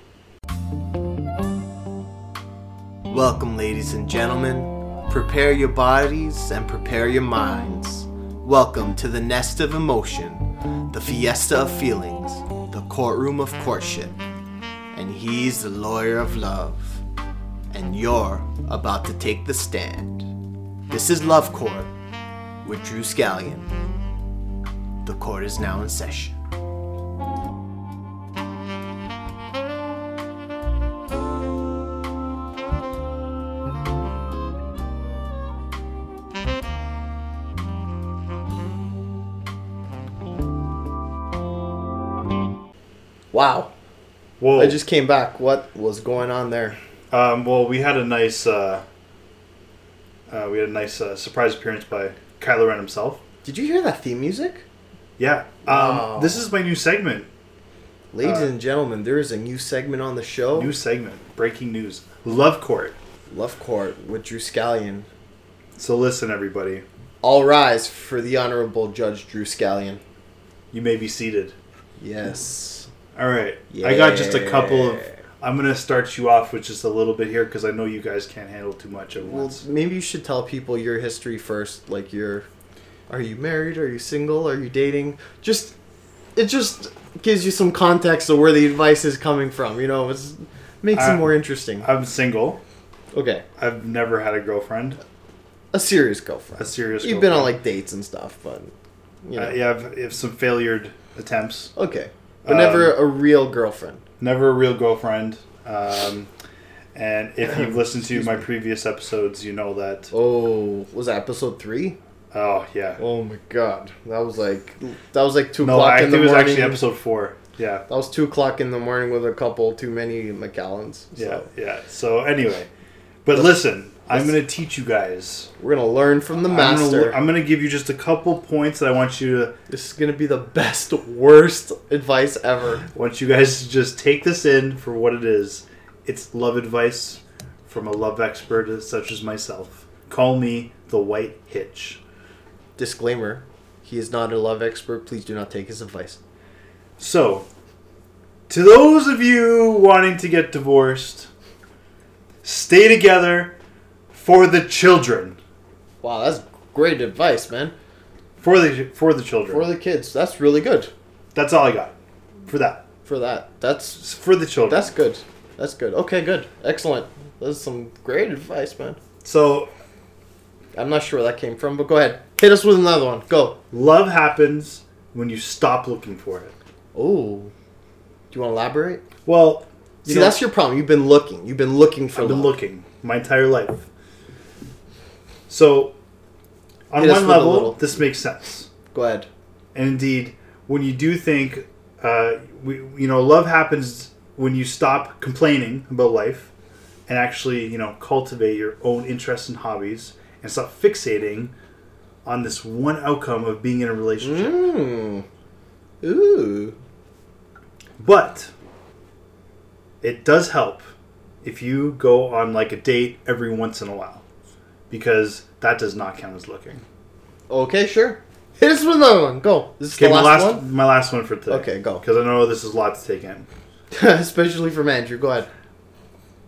[SPEAKER 4] Welcome, ladies and gentlemen. Prepare your bodies and prepare your minds. Welcome to the nest of emotion, the fiesta of feelings, the courtroom of courtship. And he's the lawyer of love. And you're about to take the stand. This is Love Court with Drew Scallion. The court is now in session. Wow.
[SPEAKER 3] Whoa.
[SPEAKER 4] I just came back. What was going on there?
[SPEAKER 3] Um, well, we had a nice, uh, uh, we had a nice uh, surprise appearance by Kylo Ren himself.
[SPEAKER 4] Did you hear that theme music?
[SPEAKER 3] Yeah. Um,
[SPEAKER 4] Wow.
[SPEAKER 3] This is my new segment.
[SPEAKER 4] Ladies and gentlemen, there is a new segment on the show.
[SPEAKER 3] Uh, New segment. Breaking news. Love Court.
[SPEAKER 4] Love Court with Drew Scallion.
[SPEAKER 3] So listen, everybody.
[SPEAKER 4] All rise for the honorable Judge Drew Scallion.
[SPEAKER 3] You may be seated.
[SPEAKER 4] Yes.
[SPEAKER 3] All right. I got just a couple of.
[SPEAKER 4] Yeah.
[SPEAKER 3] I'm gonna start you off with just a little bit here because I know you guys can't handle too much at
[SPEAKER 4] Well,
[SPEAKER 3] once.
[SPEAKER 4] maybe you should tell people your history first. Like, you're. Are you married? Are you single? Are you dating? Just. It just gives you some context of where the advice is coming from. You know, it makes
[SPEAKER 3] Uh,
[SPEAKER 4] it more interesting.
[SPEAKER 3] I'm single.
[SPEAKER 4] Okay.
[SPEAKER 3] I've never had a girlfriend.
[SPEAKER 4] A serious girlfriend.
[SPEAKER 3] A serious.
[SPEAKER 4] You've been on,
[SPEAKER 3] girlfriend.
[SPEAKER 4] like, dates and stuff, but. You know.
[SPEAKER 3] Uh, yeah, I've, I've some failed attempts.
[SPEAKER 4] Okay. But
[SPEAKER 3] Um,
[SPEAKER 4] never a real girlfriend.
[SPEAKER 3] never a real girlfriend. Um, and if you've listened to my previous episodes, you know that. Oh,
[SPEAKER 4] Oh, was that episode three?
[SPEAKER 3] yeah.
[SPEAKER 4] Oh my god, that was like that was like two
[SPEAKER 3] no,
[SPEAKER 4] o'clock
[SPEAKER 3] I think
[SPEAKER 4] in the
[SPEAKER 3] it was
[SPEAKER 4] morning.
[SPEAKER 3] actually episode four. Yeah,
[SPEAKER 4] that was two o'clock in the morning with a couple too many McAllens. So
[SPEAKER 3] yeah, yeah. So anyway, but listen, I'm gonna teach you guys.
[SPEAKER 4] we're gonna learn from the
[SPEAKER 3] I'm gonna-
[SPEAKER 4] master.
[SPEAKER 3] I'm gonna give you just a couple points that I want you to
[SPEAKER 4] this is gonna be the best, worst advice ever.
[SPEAKER 3] want you guys to just take this in for what it is. It's love advice from a love expert such as myself. Call me the White Hitch.
[SPEAKER 4] Disclaimer: He is not a love expert. Please do not take his advice.
[SPEAKER 3] So, to those of you wanting to get divorced, stay together for the children.
[SPEAKER 4] Wow, that's great advice, man.
[SPEAKER 3] For the for the children.
[SPEAKER 4] For the kids, that's really good.
[SPEAKER 3] That's all I got for that.
[SPEAKER 4] For that, that's
[SPEAKER 3] It's for the children.
[SPEAKER 4] that's good. That's good. Okay, good, excellent. That's some great advice, man.
[SPEAKER 3] so
[SPEAKER 4] I'm not sure where that came from, but go ahead. Hit us with another one. Go.
[SPEAKER 3] love happens when you stop looking for it.
[SPEAKER 4] Oh. Do you want to elaborate?
[SPEAKER 3] Well,
[SPEAKER 4] See,
[SPEAKER 3] you know,
[SPEAKER 4] that's your problem. You've been looking. You've been looking for
[SPEAKER 3] I've been
[SPEAKER 4] love.
[SPEAKER 3] looking. my entire life. So, on
[SPEAKER 4] Hit us
[SPEAKER 3] one
[SPEAKER 4] with a
[SPEAKER 3] level,
[SPEAKER 4] little.
[SPEAKER 3] this makes sense.
[SPEAKER 4] Go ahead.
[SPEAKER 3] And indeed, when you do think, uh, we, you know, love happens when you stop complaining about life and actually, you know, cultivate your own interests and hobbies and stop fixating on this one outcome of being in a relationship.
[SPEAKER 4] Mm. Ooh.
[SPEAKER 3] But it does help if you go on like a date every once in a while because that does not count as looking.
[SPEAKER 4] Okay, sure. Hit us with another one. Go. This is
[SPEAKER 3] Okay,
[SPEAKER 4] the
[SPEAKER 3] my
[SPEAKER 4] last,
[SPEAKER 3] last my last one for today.
[SPEAKER 4] Okay, go.
[SPEAKER 3] Because I know this is a lot to take in.
[SPEAKER 4] one, especially from Andrew. Go ahead.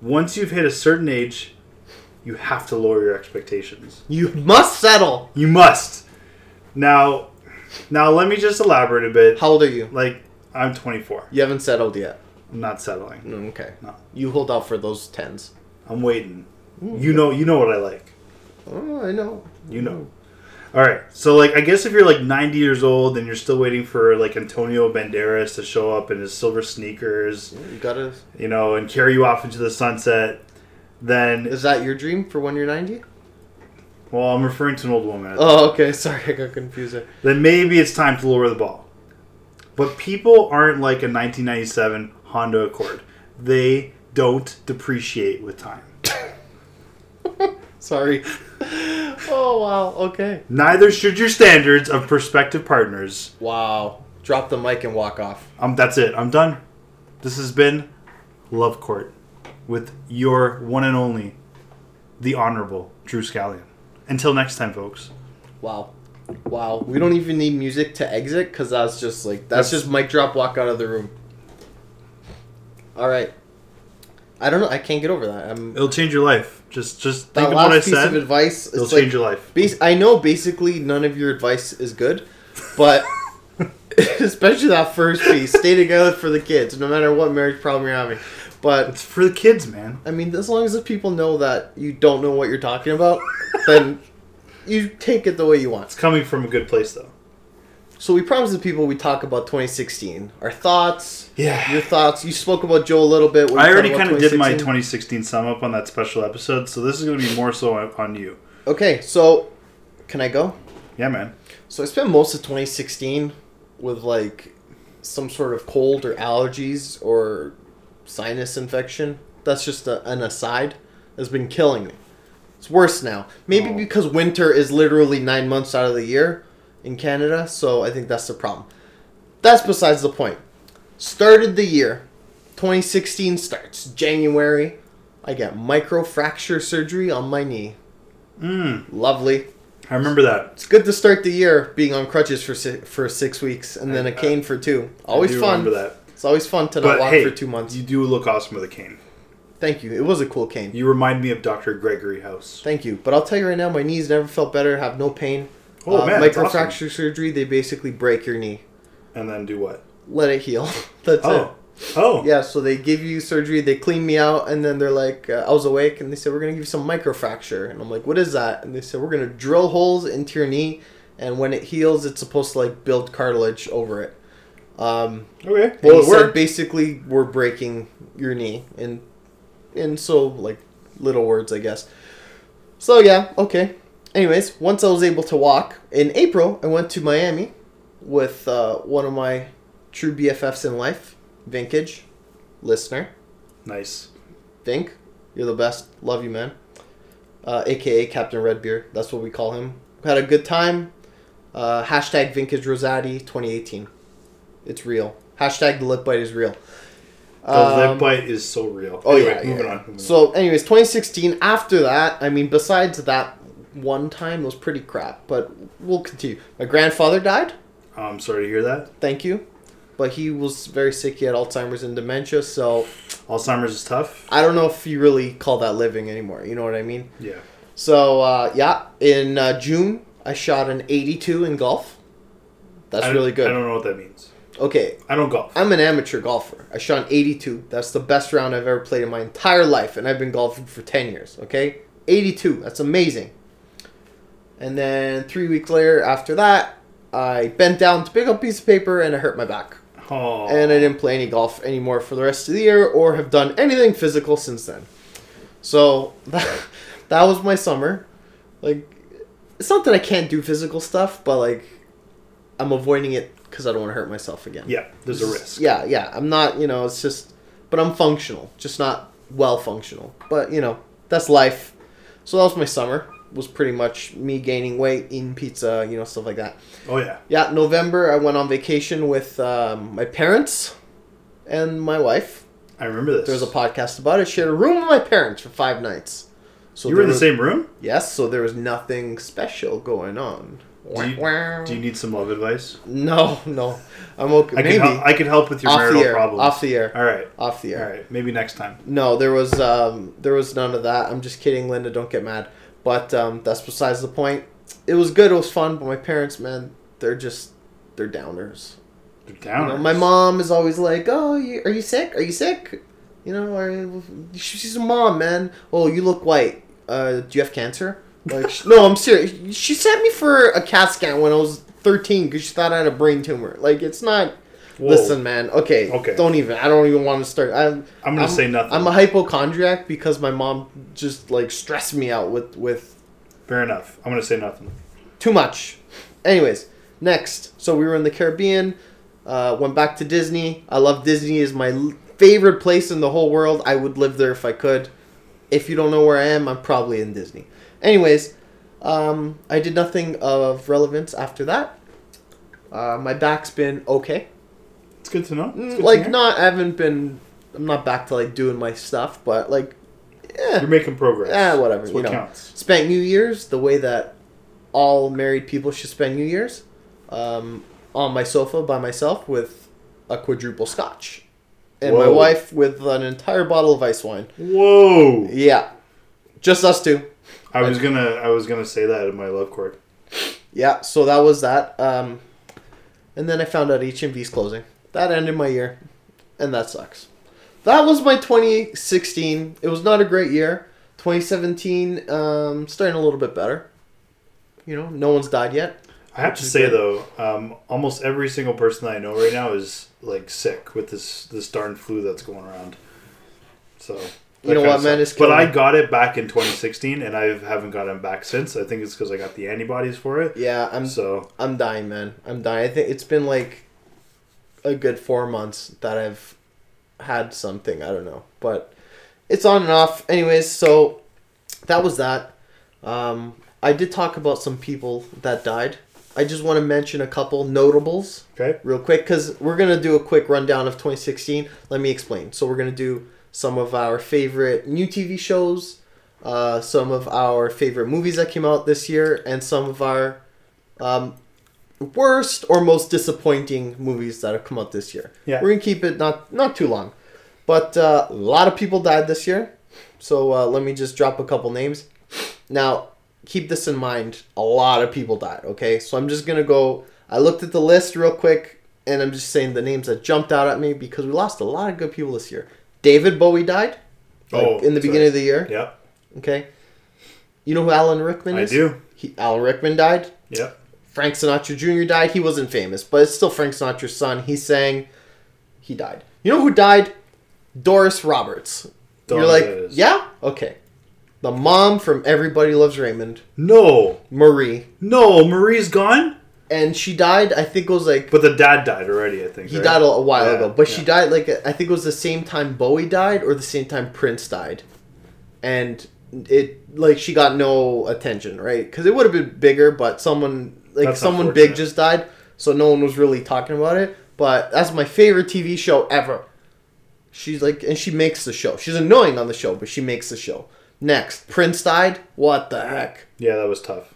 [SPEAKER 3] Once you've hit a certain age, you have to lower your expectations.
[SPEAKER 4] You must settle.
[SPEAKER 3] You must. Now, now let me just elaborate a bit.
[SPEAKER 4] How old are you?
[SPEAKER 3] Like I'm 24.
[SPEAKER 4] You haven't settled yet.
[SPEAKER 3] I'm not settling.
[SPEAKER 4] Mm, Okay.
[SPEAKER 3] No.
[SPEAKER 4] You hold out for those tens.
[SPEAKER 3] I'm waiting. You know, you know what I like.
[SPEAKER 4] Oh, I know.
[SPEAKER 3] You know. All right. So like I guess if you're like 90 years old and you're still waiting for like Antonio Banderas to show up in his silver sneakers,
[SPEAKER 4] You gotta.
[SPEAKER 3] you know, and carry you off into the sunset, then
[SPEAKER 4] Is that your dream for when you're 90?
[SPEAKER 3] well, I'm referring to an old woman.
[SPEAKER 4] Oh, okay. Sorry, I got confused. there.
[SPEAKER 3] Then maybe it's time to lower the ball. But people aren't like a 1997 Honda Accord. They don't depreciate with time.
[SPEAKER 4] Sorry. oh wow. Okay.
[SPEAKER 3] Neither should your standards of prospective partners.
[SPEAKER 4] Wow. Drop the mic and walk off.
[SPEAKER 3] Um, that's it. I'm done. This has been Love Court with your one and only, the Honorable Drew Scallion. Until next time, folks.
[SPEAKER 4] Wow. Wow. We don't even need music to exit because that's just like that's,
[SPEAKER 3] That's-
[SPEAKER 4] just mic drop walk out of the room. All right. I don't know. I can't get over that. I'm
[SPEAKER 3] It'll change your life. Just, just think
[SPEAKER 4] that
[SPEAKER 3] of what I
[SPEAKER 4] last piece
[SPEAKER 3] said.
[SPEAKER 4] of advice.
[SPEAKER 3] It'll
[SPEAKER 4] It's like,
[SPEAKER 3] change your life.
[SPEAKER 4] bas- I know basically none of your advice is good, but especially that first piece. Stay together for the kids, no matter what marriage problem you're having. But
[SPEAKER 3] It's for the kids, man.
[SPEAKER 4] I mean, as long as the people know that you don't know what you're talking about, then you take it the way you want.
[SPEAKER 3] It's coming from a good place, though.
[SPEAKER 4] So we promised the people we talk about 2016, our thoughts.
[SPEAKER 3] Yeah.
[SPEAKER 4] Your thoughts. You spoke about Joe a little bit. when we
[SPEAKER 3] I
[SPEAKER 4] talked
[SPEAKER 3] already
[SPEAKER 4] about
[SPEAKER 3] kind of did my
[SPEAKER 4] 2016.
[SPEAKER 3] 2016 sum up on that special episode, so this is going to be more so on- on you.
[SPEAKER 4] Okay, so can I go?
[SPEAKER 3] Yeah, man.
[SPEAKER 4] So I spent most of 2016 with like some sort of cold or allergies or sinus infection. That's just a, an aside. Has been killing me. It's worse now. Maybe because winter is literally nine months out of the year in Canada, so I think that's the problem. That's besides the point. Started the year, 2016 starts January. I get microfracture surgery on my knee. Mm. Lovely.
[SPEAKER 3] I remember that.
[SPEAKER 4] It's good to start the year being on crutches for si- for six weeks and then a cane for two. Always
[SPEAKER 3] I do
[SPEAKER 4] fun.
[SPEAKER 3] remember that.
[SPEAKER 4] It's always fun to not
[SPEAKER 3] But
[SPEAKER 4] walk
[SPEAKER 3] hey,
[SPEAKER 4] for two months.
[SPEAKER 3] you do look awesome with a cane.
[SPEAKER 4] Thank you. It was a cool cane.
[SPEAKER 3] You remind me of Dr. Gregory House.
[SPEAKER 4] Thank you. But I'll tell you right now, my knees never felt better. Have no pain. Uh,
[SPEAKER 3] Oh, man, that's awesome.
[SPEAKER 4] microfracture surgery. They basically break your knee.
[SPEAKER 3] And then do what?
[SPEAKER 4] Let it heal. That's
[SPEAKER 3] Oh. Oh.
[SPEAKER 4] it. Yeah. So they give you surgery. They clean me out, and then they're like, uh, I was awake, and they said we're gonna give you some microfracture, and I'm like, what is that? And they said we're gonna drill holes into your knee, and when it heals, it's supposed to like build cartilage over it. Um,
[SPEAKER 3] Okay.
[SPEAKER 4] And
[SPEAKER 3] Well, it
[SPEAKER 4] he said
[SPEAKER 3] worked.
[SPEAKER 4] basically we're breaking your knee in in so like little words, I guess. So yeah, okay. Anyways, once I was able to walk in April, I went to Miami with uh, one of my true BFFs in life, Vintage, listener.
[SPEAKER 3] Nice.
[SPEAKER 4] Vink, you're the best. Love you, man. Uh, AKA Captain Redbeard. That's what we call him. We had a good time. Uh, hashtag Vintage Rosati 2018. It's real. Hashtag the lip bite is real.
[SPEAKER 3] The
[SPEAKER 4] Um,
[SPEAKER 3] lip bite is so real.
[SPEAKER 4] Oh
[SPEAKER 3] Anyway,
[SPEAKER 4] yeah, yeah,
[SPEAKER 3] moving
[SPEAKER 4] yeah.
[SPEAKER 3] on. moving on.
[SPEAKER 4] So, anyways, 2016. After that, I mean, besides that one time, it was pretty crap. But we'll continue. My grandfather died.
[SPEAKER 3] I'm Um, sorry to hear that.
[SPEAKER 4] Thank you. But he was very sick. He had Alzheimer's and dementia. So
[SPEAKER 3] Alzheimer's is tough.
[SPEAKER 4] I don't know if you really call that living anymore. You know what I mean?
[SPEAKER 3] Yeah.
[SPEAKER 4] So uh, yeah, in uh, June I shot an 82 in golf. That's
[SPEAKER 3] I-
[SPEAKER 4] really
[SPEAKER 3] I
[SPEAKER 4] good.
[SPEAKER 3] don't know what that means.
[SPEAKER 4] Okay,
[SPEAKER 3] I don't golf.
[SPEAKER 4] I'm an amateur golfer. I shot an 82. That's the best round I've ever played in my entire life, and I've been golfing for 10 years. Okay, 82. That's amazing. And then three weeks later, after that, I bent down to pick up a piece of paper and I hurt my back.
[SPEAKER 3] oh.
[SPEAKER 4] And I didn't play any golf anymore for the rest of the year or have done anything physical since then. So that, that was my summer. Like, it's not that I can't do physical stuff, but like, I'm avoiding it because I don't want to hurt myself again.
[SPEAKER 3] Yeah, there's a risk.
[SPEAKER 4] Yeah, yeah. I'm not, you know, it's just, but I'm functional, just not well functional. But you know, that's life. So that was my summer. Was pretty much me gaining weight, eating pizza, you know, stuff like that.
[SPEAKER 3] Oh yeah.
[SPEAKER 4] Yeah, November I went on vacation with um, my parents and my wife.
[SPEAKER 3] I remember this.
[SPEAKER 4] There was a podcast about it. Shared a room with my parents for five nights. So
[SPEAKER 3] you were in
[SPEAKER 4] there
[SPEAKER 3] the
[SPEAKER 4] was-
[SPEAKER 3] same room?
[SPEAKER 4] Yes, so there was nothing special going on.
[SPEAKER 3] Do you, do you need some love advice?
[SPEAKER 4] No, no, I'm okay.
[SPEAKER 3] I
[SPEAKER 4] Maybe
[SPEAKER 3] can help, I can help with your
[SPEAKER 4] off
[SPEAKER 3] marital
[SPEAKER 4] the air,
[SPEAKER 3] problems.
[SPEAKER 4] off the air,
[SPEAKER 3] All right.
[SPEAKER 4] off the air.
[SPEAKER 3] All right. Maybe next time.
[SPEAKER 4] No, there was um, there was none of that. I'm just kidding, Linda. Don't get mad. But um, that's besides the point. It was good. It was fun. But my parents, man, they're just they're downers.
[SPEAKER 3] They're
[SPEAKER 4] You
[SPEAKER 3] down.
[SPEAKER 4] know, my mom is always like, "Oh, you, are you sick? Are you sick? You know, are, you- she's a mom, man. Oh, you look white. Uh, do you have cancer? Like, sh- no, I'm serious. She sent me for a CAT scan when I was 13 because she thought I had a brain tumor. Like, it's not.
[SPEAKER 3] Whoa.
[SPEAKER 4] Listen, man. Okay.
[SPEAKER 3] Okay.
[SPEAKER 4] Don't even. I don't even want to start. I'm.
[SPEAKER 3] I'm gonna say nothing.
[SPEAKER 4] I'm a hypochondriac because my mom just like stressed me out with with
[SPEAKER 3] Fair enough. I'm gonna say nothing.
[SPEAKER 4] too much. Anyways, next. So we were in the Caribbean. Uh, went back to Disney. I love Disney. is my l- favorite place in the whole world. I would live there if I could. If you don't know where I am, I'm probably in Disney. Anyways, um, I did nothing of relevance after that. Uh, my back's been okay.
[SPEAKER 3] It's good to know. It's good to
[SPEAKER 4] Like
[SPEAKER 3] hear.
[SPEAKER 4] not, I haven't been. I'm not back to like doing my stuff, but like, yeah,
[SPEAKER 3] You're making progress.
[SPEAKER 4] Ah, whatever.
[SPEAKER 3] That's
[SPEAKER 4] you
[SPEAKER 3] what
[SPEAKER 4] know,
[SPEAKER 3] counts.
[SPEAKER 4] spent New Year's the way that all married people should spend New Year's, um, on my sofa by myself with a quadruple scotch, and my
[SPEAKER 3] Whoa.
[SPEAKER 4] wife with an entire bottle of ice wine.
[SPEAKER 3] Whoa.
[SPEAKER 4] Yeah, just us two.
[SPEAKER 3] I was gonna. I was gonna say that in my love court.
[SPEAKER 4] Yeah, so that was that. Um, and then I found out HMV's closing. That ended my year, and that sucks. That was my 2016. It was not a great year. 2017, um, starting a little bit better. You know, no one's died yet.
[SPEAKER 3] I have to
[SPEAKER 4] is
[SPEAKER 3] say
[SPEAKER 4] great.
[SPEAKER 3] though, um, almost every single person that I know right now is like sick with this this darn flu that's going around. So that
[SPEAKER 4] know
[SPEAKER 3] kinda
[SPEAKER 4] what, man?
[SPEAKER 3] sucks.
[SPEAKER 4] It's
[SPEAKER 3] but I
[SPEAKER 4] killing me.
[SPEAKER 3] got it back in 2016, and I haven't gotten back since. I think it's because I got the antibodies for it.
[SPEAKER 4] Yeah, I'm
[SPEAKER 3] So
[SPEAKER 4] I'm dying, man. I'm dying. I think it's been like a good four months that I've had something. I don't know, but it's on and off. Anyways, so that was that. Um, I did talk about some people that died. I just want to mention a couple notables
[SPEAKER 3] okay,
[SPEAKER 4] real quick because we're gonna do a quick rundown of 2016. Let me explain. So we're gonna do some of our favorite new TV shows, uh, some of our favorite movies that came out this year, and some of our um, worst or most disappointing movies that have come out this year.
[SPEAKER 3] Yeah.
[SPEAKER 4] we're gonna keep it not not too long, but uh, a lot of people died this year. So uh, let me just drop a couple names. Now, keep this in mind. A lot of people died, okay? So I'm just going to go. I looked at the list real quick, and I'm just saying the names that jumped out at me because we lost a lot of good people this year. David Bowie died like,
[SPEAKER 3] Oh,
[SPEAKER 4] in the
[SPEAKER 3] that's
[SPEAKER 4] beginning
[SPEAKER 3] right.
[SPEAKER 4] of the year,
[SPEAKER 3] yep,
[SPEAKER 4] okay? You know who Alan Rickman
[SPEAKER 3] I
[SPEAKER 4] is?
[SPEAKER 3] do.
[SPEAKER 4] He, Alan Rickman died.
[SPEAKER 3] yep.
[SPEAKER 4] Frank Sinatra Jr. died. He wasn't famous, but it's still Frank Sinatra's son. He sang. He died. You know who died? Doris Roberts. You're like,
[SPEAKER 3] Doris.
[SPEAKER 4] yeah, okay. The mom from Everybody Loves Raymond,
[SPEAKER 3] No,
[SPEAKER 4] Marie,
[SPEAKER 3] no, Marie's gone,
[SPEAKER 4] and she died. I think it was like
[SPEAKER 3] but the dad died already. I think
[SPEAKER 4] he
[SPEAKER 3] right?
[SPEAKER 4] died a, a while
[SPEAKER 3] Yeah,
[SPEAKER 4] ago, but she
[SPEAKER 3] yeah.
[SPEAKER 4] died like I think it was the same time Bowie died or the same time Prince died, and it like she got no attention, right? Because it would have been bigger, but someone like
[SPEAKER 3] That's
[SPEAKER 4] someone big
[SPEAKER 3] unfortunate.
[SPEAKER 4] just died, so no one was really talking about it. But that's my favorite TV show ever. She's like, and she makes the show. She's annoying on the show, but she makes the show. Next, Prince died. What the heck?
[SPEAKER 3] Yeah, that was tough.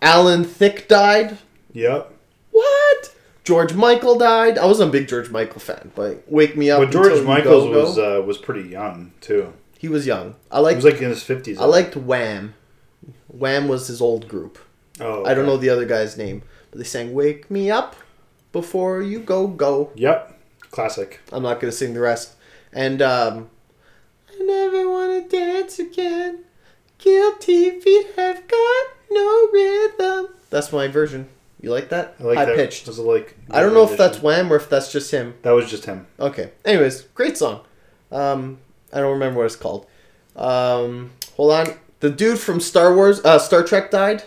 [SPEAKER 4] Alan Thicke died.
[SPEAKER 3] Yep.
[SPEAKER 4] What? George Michael died. I wasn't a big George Michael fan, but wake me up.
[SPEAKER 3] But
[SPEAKER 4] until
[SPEAKER 3] George
[SPEAKER 4] you
[SPEAKER 3] Michaels
[SPEAKER 4] go-go.
[SPEAKER 3] was uh, was pretty young too.
[SPEAKER 4] he was young. I
[SPEAKER 3] He
[SPEAKER 4] liked
[SPEAKER 3] was like in his fifties.
[SPEAKER 4] I liked Wham. Wham was his old group.
[SPEAKER 3] Oh,
[SPEAKER 4] I don't
[SPEAKER 3] okay.
[SPEAKER 4] know the other guy's name, but they sang "Wake Me Up Before You Go Go."
[SPEAKER 3] Yep. Classic.
[SPEAKER 4] I'm not gonna sing the rest. And um, I never wanna dance again. Guilty feet have got no rhythm. That's my version. You like that?
[SPEAKER 3] I like
[SPEAKER 4] High
[SPEAKER 3] that.
[SPEAKER 4] pitched.
[SPEAKER 3] Was it like
[SPEAKER 4] I don't know if
[SPEAKER 3] rendition?
[SPEAKER 4] that's Wham or if that's just him.
[SPEAKER 3] that was just him.
[SPEAKER 4] Okay. Anyways, great song. Um, I don't remember what it's called. Um, hold on. The dude from Star Wars, uh, Star Trek died.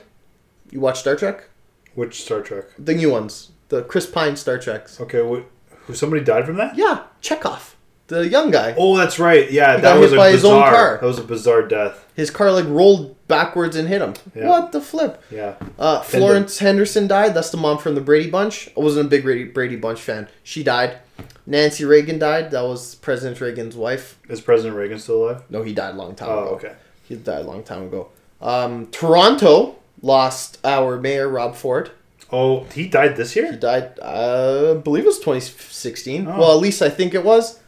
[SPEAKER 4] You watch Star Trek?
[SPEAKER 3] Which Star Trek?
[SPEAKER 4] The new ones, the Chris Pine Star Treks.
[SPEAKER 3] Okay, what? Who? Somebody died from that?
[SPEAKER 4] Yeah, Chekhov, the young guy.
[SPEAKER 3] Oh, that's right. Yeah, that
[SPEAKER 4] got
[SPEAKER 3] was
[SPEAKER 4] hit
[SPEAKER 3] a
[SPEAKER 4] by
[SPEAKER 3] bizarre.
[SPEAKER 4] his own car.
[SPEAKER 3] That was a bizarre death.
[SPEAKER 4] His car like rolled backwards and hit him.
[SPEAKER 3] Yeah.
[SPEAKER 4] What the flip?
[SPEAKER 3] Yeah.
[SPEAKER 4] Uh, Florence Henderson died. That's the mom from the Brady Bunch. I wasn't a big Brady, Brady Bunch fan. She died. Nancy Reagan died. That was President Reagan's wife.
[SPEAKER 3] Is President Reagan still alive?
[SPEAKER 4] No, he died a long time
[SPEAKER 3] Oh,
[SPEAKER 4] ago.
[SPEAKER 3] okay.
[SPEAKER 4] He died a long time ago. Um, Toronto lost our mayor, Rob Ford.
[SPEAKER 3] Oh, he died this
[SPEAKER 4] He
[SPEAKER 3] year.
[SPEAKER 4] died, uh, I believe it was 2016.
[SPEAKER 3] Oh.
[SPEAKER 4] Well, at least I think it was.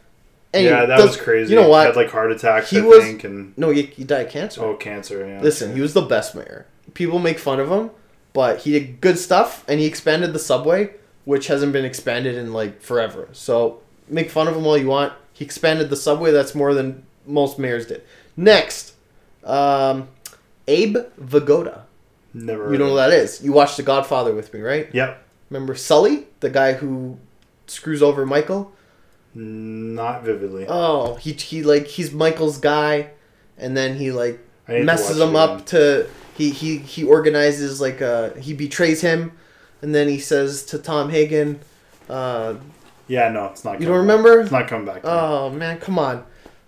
[SPEAKER 4] Anyway,
[SPEAKER 3] yeah, that
[SPEAKER 4] does-
[SPEAKER 3] was crazy.
[SPEAKER 4] You know
[SPEAKER 3] He
[SPEAKER 4] what?
[SPEAKER 3] had like heart attacks,
[SPEAKER 4] He
[SPEAKER 3] I
[SPEAKER 4] was-
[SPEAKER 3] think, and
[SPEAKER 4] no, he, he died of cancer.
[SPEAKER 3] oh, cancer. Yeah.
[SPEAKER 4] Listen, he was the best mayor. People make fun of him, but he did good stuff and he expanded the subway, which hasn't been expanded in like forever. So make fun of him all you want. He expanded the subway. That's more than most mayors did. Next, um, Abe Vigoda.
[SPEAKER 3] never.
[SPEAKER 4] You know who that is. You watched The Godfather with me, right?
[SPEAKER 3] Yep.
[SPEAKER 4] Remember Sully, the guy who screws over Michael?
[SPEAKER 3] Not vividly.
[SPEAKER 4] Oh, he he like he's Michael's guy, and then he like
[SPEAKER 3] I need to
[SPEAKER 4] messes
[SPEAKER 3] watch
[SPEAKER 4] him
[SPEAKER 3] it
[SPEAKER 4] up
[SPEAKER 3] again.
[SPEAKER 4] to he he he organizes like uh he betrays him, and then he says to Tom Hagen, uh,
[SPEAKER 3] yeah, no, it's not.
[SPEAKER 4] You
[SPEAKER 3] coming
[SPEAKER 4] don't
[SPEAKER 3] back.
[SPEAKER 4] remember?
[SPEAKER 3] It's not coming back. to me.
[SPEAKER 4] "Oh man, come on."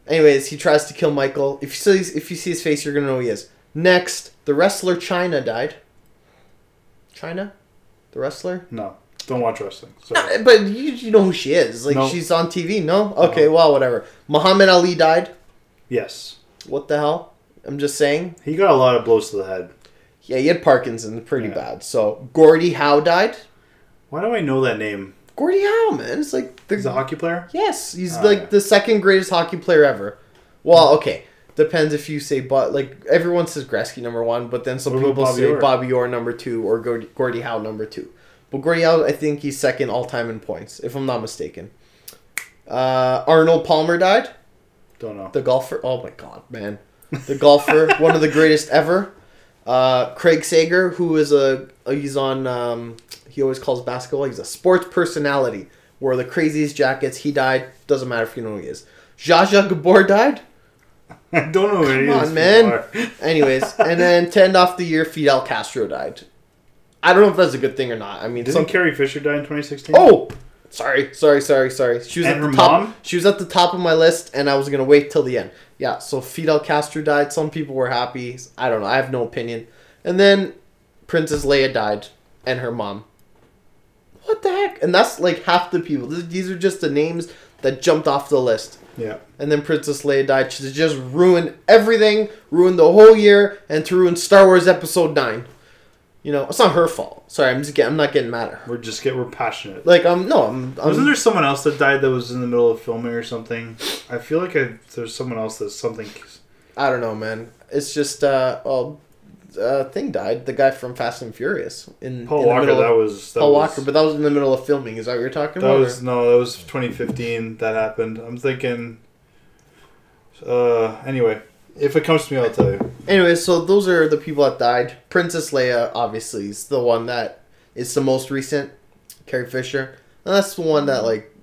[SPEAKER 4] Anyways, he tries to kill Michael. If you see if you see his face, you're gonna know who he is. Next, the wrestler China died. China, the wrestler.
[SPEAKER 3] no, don't watch wrestling. So
[SPEAKER 4] Uh, But you, you know who she is. Like
[SPEAKER 3] No.
[SPEAKER 4] she's on TV. No, okay,
[SPEAKER 3] No.
[SPEAKER 4] well, whatever. Muhammad Ali died.
[SPEAKER 3] yes,
[SPEAKER 4] What the hell? I'm just saying.
[SPEAKER 3] he got a lot of blows to the head.
[SPEAKER 4] Yeah, he had Parkinson's pretty
[SPEAKER 3] Yeah.
[SPEAKER 4] bad. So Gordy Howe died.
[SPEAKER 3] Why do I know that name?
[SPEAKER 4] Gordy Howe, man, it's like the
[SPEAKER 3] He's a hockey player.
[SPEAKER 4] yes, he's
[SPEAKER 3] Oh,
[SPEAKER 4] like
[SPEAKER 3] yeah.
[SPEAKER 4] the second greatest hockey player ever. Well, okay, depends if you say but like everyone says Gretzky number one, but then some
[SPEAKER 3] What about
[SPEAKER 4] people
[SPEAKER 3] Bobby
[SPEAKER 4] say
[SPEAKER 3] Orr?
[SPEAKER 4] Bobby Orr number two or Gordy, Gordy Howe number two. But Gordy Howe, I think he's second all time in points, if I'm not mistaken. Uh, Arnold Palmer died.
[SPEAKER 3] Don't know.
[SPEAKER 4] The golfer. Oh my god, man. The golfer, one of the greatest ever. Uh, Craig Sager, who is a he's on um, he always calls basketball. He's a sports personality. Wore the craziest jackets. He died. Doesn't matter if you know who he is. Zsa Zsa Gabor died.
[SPEAKER 3] I don't know. Come
[SPEAKER 4] Come on, man. Anyways, and then to end off the year, Fidel Castro died. I don't know if that's a good thing or not. I mean,
[SPEAKER 3] Didn't
[SPEAKER 4] some
[SPEAKER 3] Carrie Fisher die in 2016?
[SPEAKER 4] Oh, sorry, sorry, sorry, sorry. She was
[SPEAKER 3] And
[SPEAKER 4] at
[SPEAKER 3] her
[SPEAKER 4] the top.
[SPEAKER 3] mom?
[SPEAKER 4] She was at the top of my list, and I was gonna wait till the end. Yeah. So Fidel Castro died. Some people were happy. I don't know. I have no opinion. And then Princess Leia died, and her mom. What the heck? And that's like half the people. Th- These are just the names that jumped off the list.
[SPEAKER 3] yeah.
[SPEAKER 4] And then Princess Leia died. She just ruined everything, ruined the whole year, and to ruin Star Wars Episode Nine. You know, it's not her fault. Sorry, I'm just getting, I'm not getting mad at her.
[SPEAKER 3] We're just get we're passionate.
[SPEAKER 4] Like um no I'm, I'm
[SPEAKER 3] Wasn't there someone else that died that was in the middle of filming or something? I feel like I, there's someone else that's something.
[SPEAKER 4] I don't know man it's just uh well uh thing died the guy from Fast and Furious in
[SPEAKER 3] Paul
[SPEAKER 4] in the
[SPEAKER 3] Walker.
[SPEAKER 4] middle of-
[SPEAKER 3] That was that
[SPEAKER 4] Paul
[SPEAKER 3] was,
[SPEAKER 4] Walker but that was in the middle of filming is that what you're talking
[SPEAKER 3] that
[SPEAKER 4] about
[SPEAKER 3] was
[SPEAKER 4] or-
[SPEAKER 3] no, that was 2015 that happened. I'm thinking. Uh, anyway, if it comes to me, I'll tell you.
[SPEAKER 4] anyway so those are the people that died Princess Leia obviously is the one that is the most recent Carrie Fisher and that's the one that like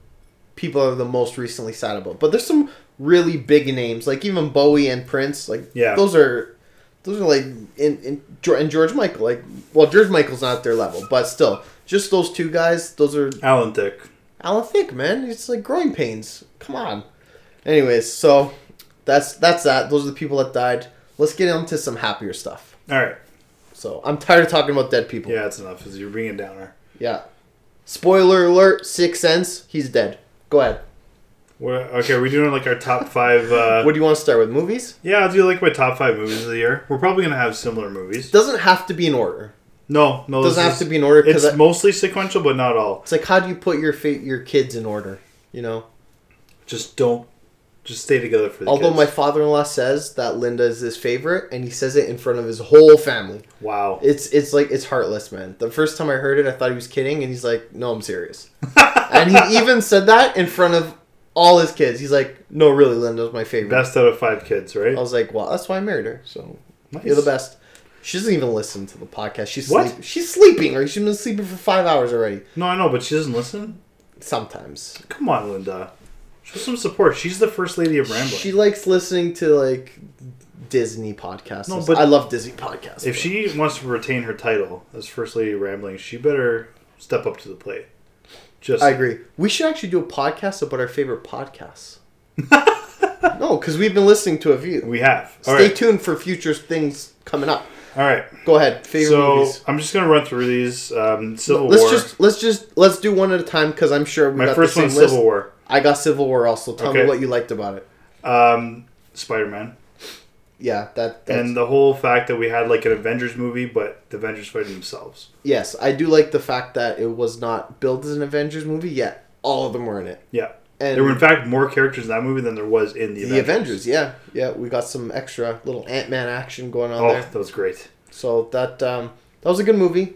[SPEAKER 4] people are the most recently sad about but there's some really big names like even Bowie and Prince like
[SPEAKER 3] Yeah.
[SPEAKER 4] those are those are like in, in Geor- and George Michael like well George Michael's not at their level but still just those two guys those are
[SPEAKER 3] Alan Dick.
[SPEAKER 4] Alan Thick man it's like growing pains come on anyways so that's that's that those are the people that died let's get on to some happier stuff
[SPEAKER 3] All right.
[SPEAKER 4] so I'm tired of talking about dead people
[SPEAKER 3] Yeah, that's enough. 'cause You're being a downer.
[SPEAKER 4] yeah spoiler alert Sixth Sense he's dead go ahead
[SPEAKER 3] We're, okay, are we doing like our top five? Uh,
[SPEAKER 4] what do you want to start with movies
[SPEAKER 3] yeah, I'll do like my top five movies of the year. We're probably gonna have similar movies.
[SPEAKER 4] doesn't have to be in order
[SPEAKER 3] No, no, this
[SPEAKER 4] doesn't have
[SPEAKER 3] is-
[SPEAKER 4] to be in order
[SPEAKER 3] It's
[SPEAKER 4] because it's
[SPEAKER 3] mostly sequential, but not all.
[SPEAKER 4] like how do you put your fa- your kids in order you know
[SPEAKER 3] Just don't. Just stay together for the
[SPEAKER 4] Although my
[SPEAKER 3] kids.
[SPEAKER 4] father-in-law says that Linda is his favorite, and he says it in front of his whole family.
[SPEAKER 3] wow.
[SPEAKER 4] It's it's like it's heartless, man. The first time I heard it, I thought he was kidding, and he's like, "No, I'm serious." and he even said that in front of all his kids. He's like, "No, really, Linda's my favorite."
[SPEAKER 3] Best out of five kids, right?
[SPEAKER 4] I was like, "Well, that's why I married her." So
[SPEAKER 3] Nice.
[SPEAKER 4] you're the best. She doesn't even listen to the podcast. She's
[SPEAKER 3] What?
[SPEAKER 4] sleep- she's sleeping, or she's been sleeping for five hours already.
[SPEAKER 3] No, I know, but she doesn't listen.
[SPEAKER 4] Sometimes
[SPEAKER 3] Come on, Linda. Show some support. She's the first lady of rambling.
[SPEAKER 4] She likes listening to like Disney podcasts.
[SPEAKER 3] No, but-
[SPEAKER 4] I love Disney podcasts.
[SPEAKER 3] if she wants to retain her title as first lady of rambling, she better step up to the plate. Just
[SPEAKER 4] I agree. We should actually do a podcast about our favorite podcasts. no, because we've been listening to a few.
[SPEAKER 3] We have. All
[SPEAKER 4] Stay
[SPEAKER 3] right.
[SPEAKER 4] tuned for future things coming up.
[SPEAKER 3] All right.
[SPEAKER 4] Go ahead. Favorite
[SPEAKER 3] so
[SPEAKER 4] movies.
[SPEAKER 3] I'm just gonna run through these. Um, Civil
[SPEAKER 4] Let's
[SPEAKER 3] War.
[SPEAKER 4] just let's just let's do one at a time because I'm sure we
[SPEAKER 3] My
[SPEAKER 4] got
[SPEAKER 3] first
[SPEAKER 4] the same
[SPEAKER 3] one's
[SPEAKER 4] list.
[SPEAKER 3] Civil War.
[SPEAKER 4] I got Civil War also. Tell me
[SPEAKER 3] Okay.
[SPEAKER 4] what you liked about it.
[SPEAKER 3] Um, Spider Man.
[SPEAKER 4] Yeah, that. That's,
[SPEAKER 3] And the whole fact that we had like an Avengers movie, but the Avengers fighting themselves.
[SPEAKER 4] yes, I do like the fact that it was not billed as an Avengers movie yet. All of them were in it.
[SPEAKER 3] Yeah.
[SPEAKER 4] And
[SPEAKER 3] there were in fact more characters in that movie than there was in the,
[SPEAKER 4] The Avengers, yeah, yeah, we got some extra little Ant Man action going on
[SPEAKER 3] Oh,
[SPEAKER 4] there.
[SPEAKER 3] that was great.
[SPEAKER 4] So that um, that was a good movie.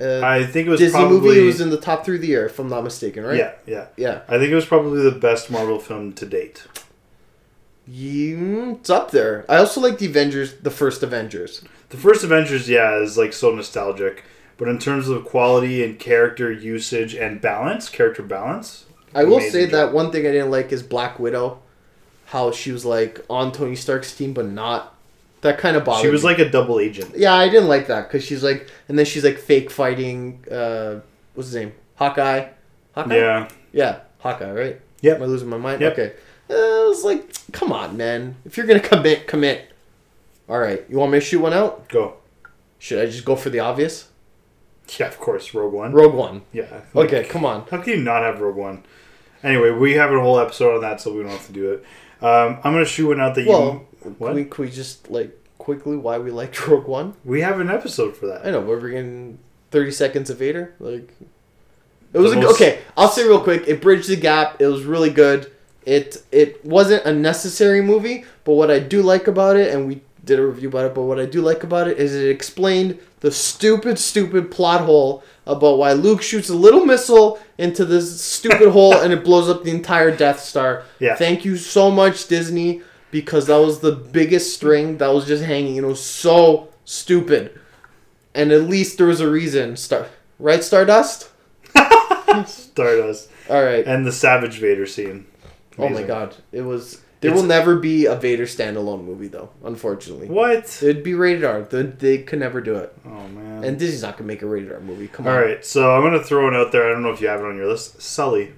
[SPEAKER 4] Uh,
[SPEAKER 3] I think it was
[SPEAKER 4] Disney
[SPEAKER 3] probably
[SPEAKER 4] movie. It was in the top three of the year, if I'm not mistaken, right?
[SPEAKER 3] yeah, yeah,
[SPEAKER 4] yeah.
[SPEAKER 3] I think it was probably the best Marvel film to date.
[SPEAKER 4] You, it's up there. I also like the Avengers, the first Avengers.
[SPEAKER 3] The first Avengers, yeah, is like so nostalgic, but in terms of quality and character usage and balance, character balance,
[SPEAKER 4] I will
[SPEAKER 3] amazing
[SPEAKER 4] say
[SPEAKER 3] job.
[SPEAKER 4] that one thing I didn't like is Black Widow, how she was like on Tony Stark's team but not. That kind of bothered.
[SPEAKER 3] she was
[SPEAKER 4] me.
[SPEAKER 3] like a double agent.
[SPEAKER 4] yeah, I didn't like that because she's like, and then she's like fake fighting. Uh, what's his name? Hawkeye. Hawkeye.
[SPEAKER 3] Yeah,
[SPEAKER 4] Yeah, Hawkeye, right?
[SPEAKER 3] Yep.
[SPEAKER 4] Am I losing my mind?
[SPEAKER 3] Yep.
[SPEAKER 4] Okay. Uh, I was like, come on, man. If you're gonna commit, commit. All right. You want me to shoot one out?
[SPEAKER 3] go.
[SPEAKER 4] Should I just go for the obvious?
[SPEAKER 3] Yeah, of course, Rogue One.
[SPEAKER 4] Rogue One.
[SPEAKER 3] yeah.
[SPEAKER 4] Okay, come on.
[SPEAKER 3] How can you not have Rogue One? Anyway, we have a whole episode on that, so we don't have to do it. Um, I'm gonna shoot one out that
[SPEAKER 4] Well,
[SPEAKER 3] you.
[SPEAKER 4] can
[SPEAKER 3] What?
[SPEAKER 4] we,
[SPEAKER 3] We,
[SPEAKER 4] can we just like quickly why we liked Rogue One?
[SPEAKER 3] have an episode for that.
[SPEAKER 4] I know we're bringing thirty seconds of Vader. Like, it was
[SPEAKER 3] The
[SPEAKER 4] a,
[SPEAKER 3] most-
[SPEAKER 4] okay. I'll say real quick. It bridged the gap. It was really good. It it wasn't a necessary movie, but what I do like about it, and we did a review about it, but what I do like about it is it explained the stupid, stupid plot hole about why Luke shoots a little missile into this stupid hole and it blows up the entire Death Star.
[SPEAKER 3] Yeah.
[SPEAKER 4] Thank you so much, Disney, because that was the biggest string that was just hanging. and It was so stupid and at least there was a reason. Star, right, Stardust.
[SPEAKER 3] Stardust
[SPEAKER 4] All right.
[SPEAKER 3] and the Savage Vader scene.
[SPEAKER 4] oh my
[SPEAKER 3] Amazing.
[SPEAKER 4] God, it was. There
[SPEAKER 3] It's-
[SPEAKER 4] will never be a Vader standalone movie, though. Unfortunately,
[SPEAKER 3] What?
[SPEAKER 4] it'd be rated R. They, they could never do it,
[SPEAKER 3] Oh man.
[SPEAKER 4] and Disney's not gonna make a rated R movie. Come on.
[SPEAKER 3] All right, so I'm gonna throw it out there. I don't know if you have it on your list. Sully.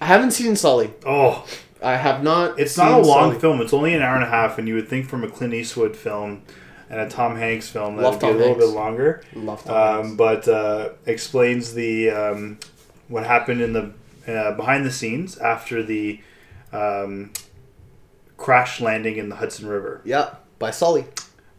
[SPEAKER 4] I haven't seen Sully.
[SPEAKER 3] Oh,
[SPEAKER 4] I have not.
[SPEAKER 3] it's
[SPEAKER 4] seen
[SPEAKER 3] not a long
[SPEAKER 4] Sully.
[SPEAKER 3] film. It's only an hour and a half, and you would think from a Clint Eastwood film and a Tom Hanks film that
[SPEAKER 4] Love
[SPEAKER 3] would be a
[SPEAKER 4] Tom
[SPEAKER 3] little
[SPEAKER 4] Hanks.
[SPEAKER 3] bit longer.
[SPEAKER 4] Love Tom
[SPEAKER 3] Um,
[SPEAKER 4] Hanks.
[SPEAKER 3] but uh, explains the um, what happened in the uh, behind the scenes after the um, crash landing in the Hudson River
[SPEAKER 4] Yeah, by Sully,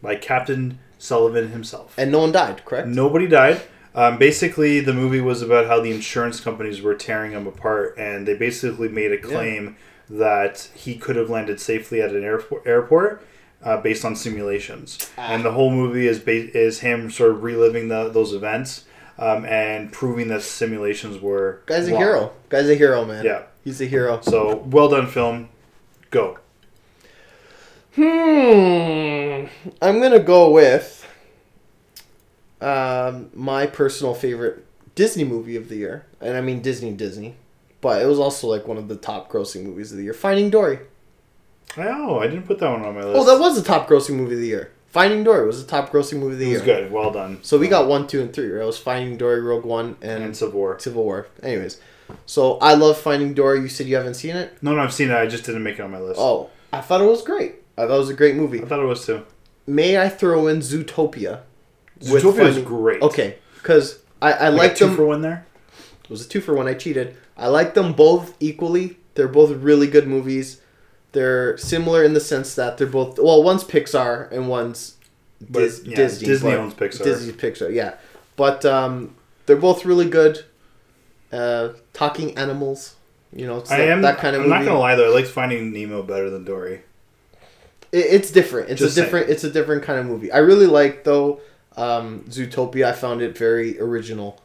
[SPEAKER 3] by Captain Sullivan himself.
[SPEAKER 4] and no one died. Correct.
[SPEAKER 3] Nobody died. Um, basically, the movie was about how the insurance companies were tearing him apart, and they basically made a claim that he could have landed safely at an airport, airport uh, based on simulations.
[SPEAKER 4] Ah.
[SPEAKER 3] And the whole movie is ba- is him sort of reliving the, those events um, and proving that simulations were.
[SPEAKER 4] Guy's a
[SPEAKER 3] wrong.
[SPEAKER 4] hero. Guy's a hero, man.
[SPEAKER 3] Yeah.
[SPEAKER 4] He's a hero.
[SPEAKER 3] So well done, film. Go.
[SPEAKER 4] Hmm. I'm gonna go with um, my personal favorite Disney movie of the year, and I mean Disney Disney, but it was also like one of the top grossing movies of the year, Finding Dory.
[SPEAKER 3] Oh, I didn't put that one on my list.
[SPEAKER 4] Oh, that was the top grossing movie of the year. Finding Dory was the top grossing movie of the
[SPEAKER 3] It
[SPEAKER 4] year.
[SPEAKER 3] was good. Well done.
[SPEAKER 4] So we got one, two, and three. Right? It was Finding Dory, Rogue One, and,
[SPEAKER 3] and Civil War.
[SPEAKER 4] Civil War. Anyways, so I love Finding Dory. You said you haven't seen it.
[SPEAKER 3] No, no, I've seen it. I just didn't make it on my list.
[SPEAKER 4] Oh, I thought it was great. I thought it was a great movie.
[SPEAKER 3] I thought it was too.
[SPEAKER 4] May I throw in Zootopia?
[SPEAKER 3] Zootopia
[SPEAKER 4] with
[SPEAKER 3] was
[SPEAKER 4] Finding-
[SPEAKER 3] great.
[SPEAKER 4] Okay, because I, I
[SPEAKER 3] I like
[SPEAKER 4] like
[SPEAKER 3] two
[SPEAKER 4] them.
[SPEAKER 3] for one there.
[SPEAKER 4] It was a two for one. I cheated. I like them both equally. They're both really good movies. They're similar in the sense that they're both well, one's Pixar and one's
[SPEAKER 3] But,
[SPEAKER 4] Dis-
[SPEAKER 3] yeah,
[SPEAKER 4] Disney.
[SPEAKER 3] Disney
[SPEAKER 4] but-
[SPEAKER 3] owns Pixar.
[SPEAKER 4] Disney's Pixar, yeah. But um, they're both really good. Uh, talking animals, you know, it's
[SPEAKER 3] I
[SPEAKER 4] that,
[SPEAKER 3] am.
[SPEAKER 4] that kind of
[SPEAKER 3] I'm
[SPEAKER 4] movie.
[SPEAKER 3] not gonna lie though. I like Finding Nemo better than Dory.
[SPEAKER 4] It, it's different. It's
[SPEAKER 3] Just
[SPEAKER 4] a
[SPEAKER 3] saying.
[SPEAKER 4] different. It's a different kind of movie. I really like though um, Zootopia. I found it very original.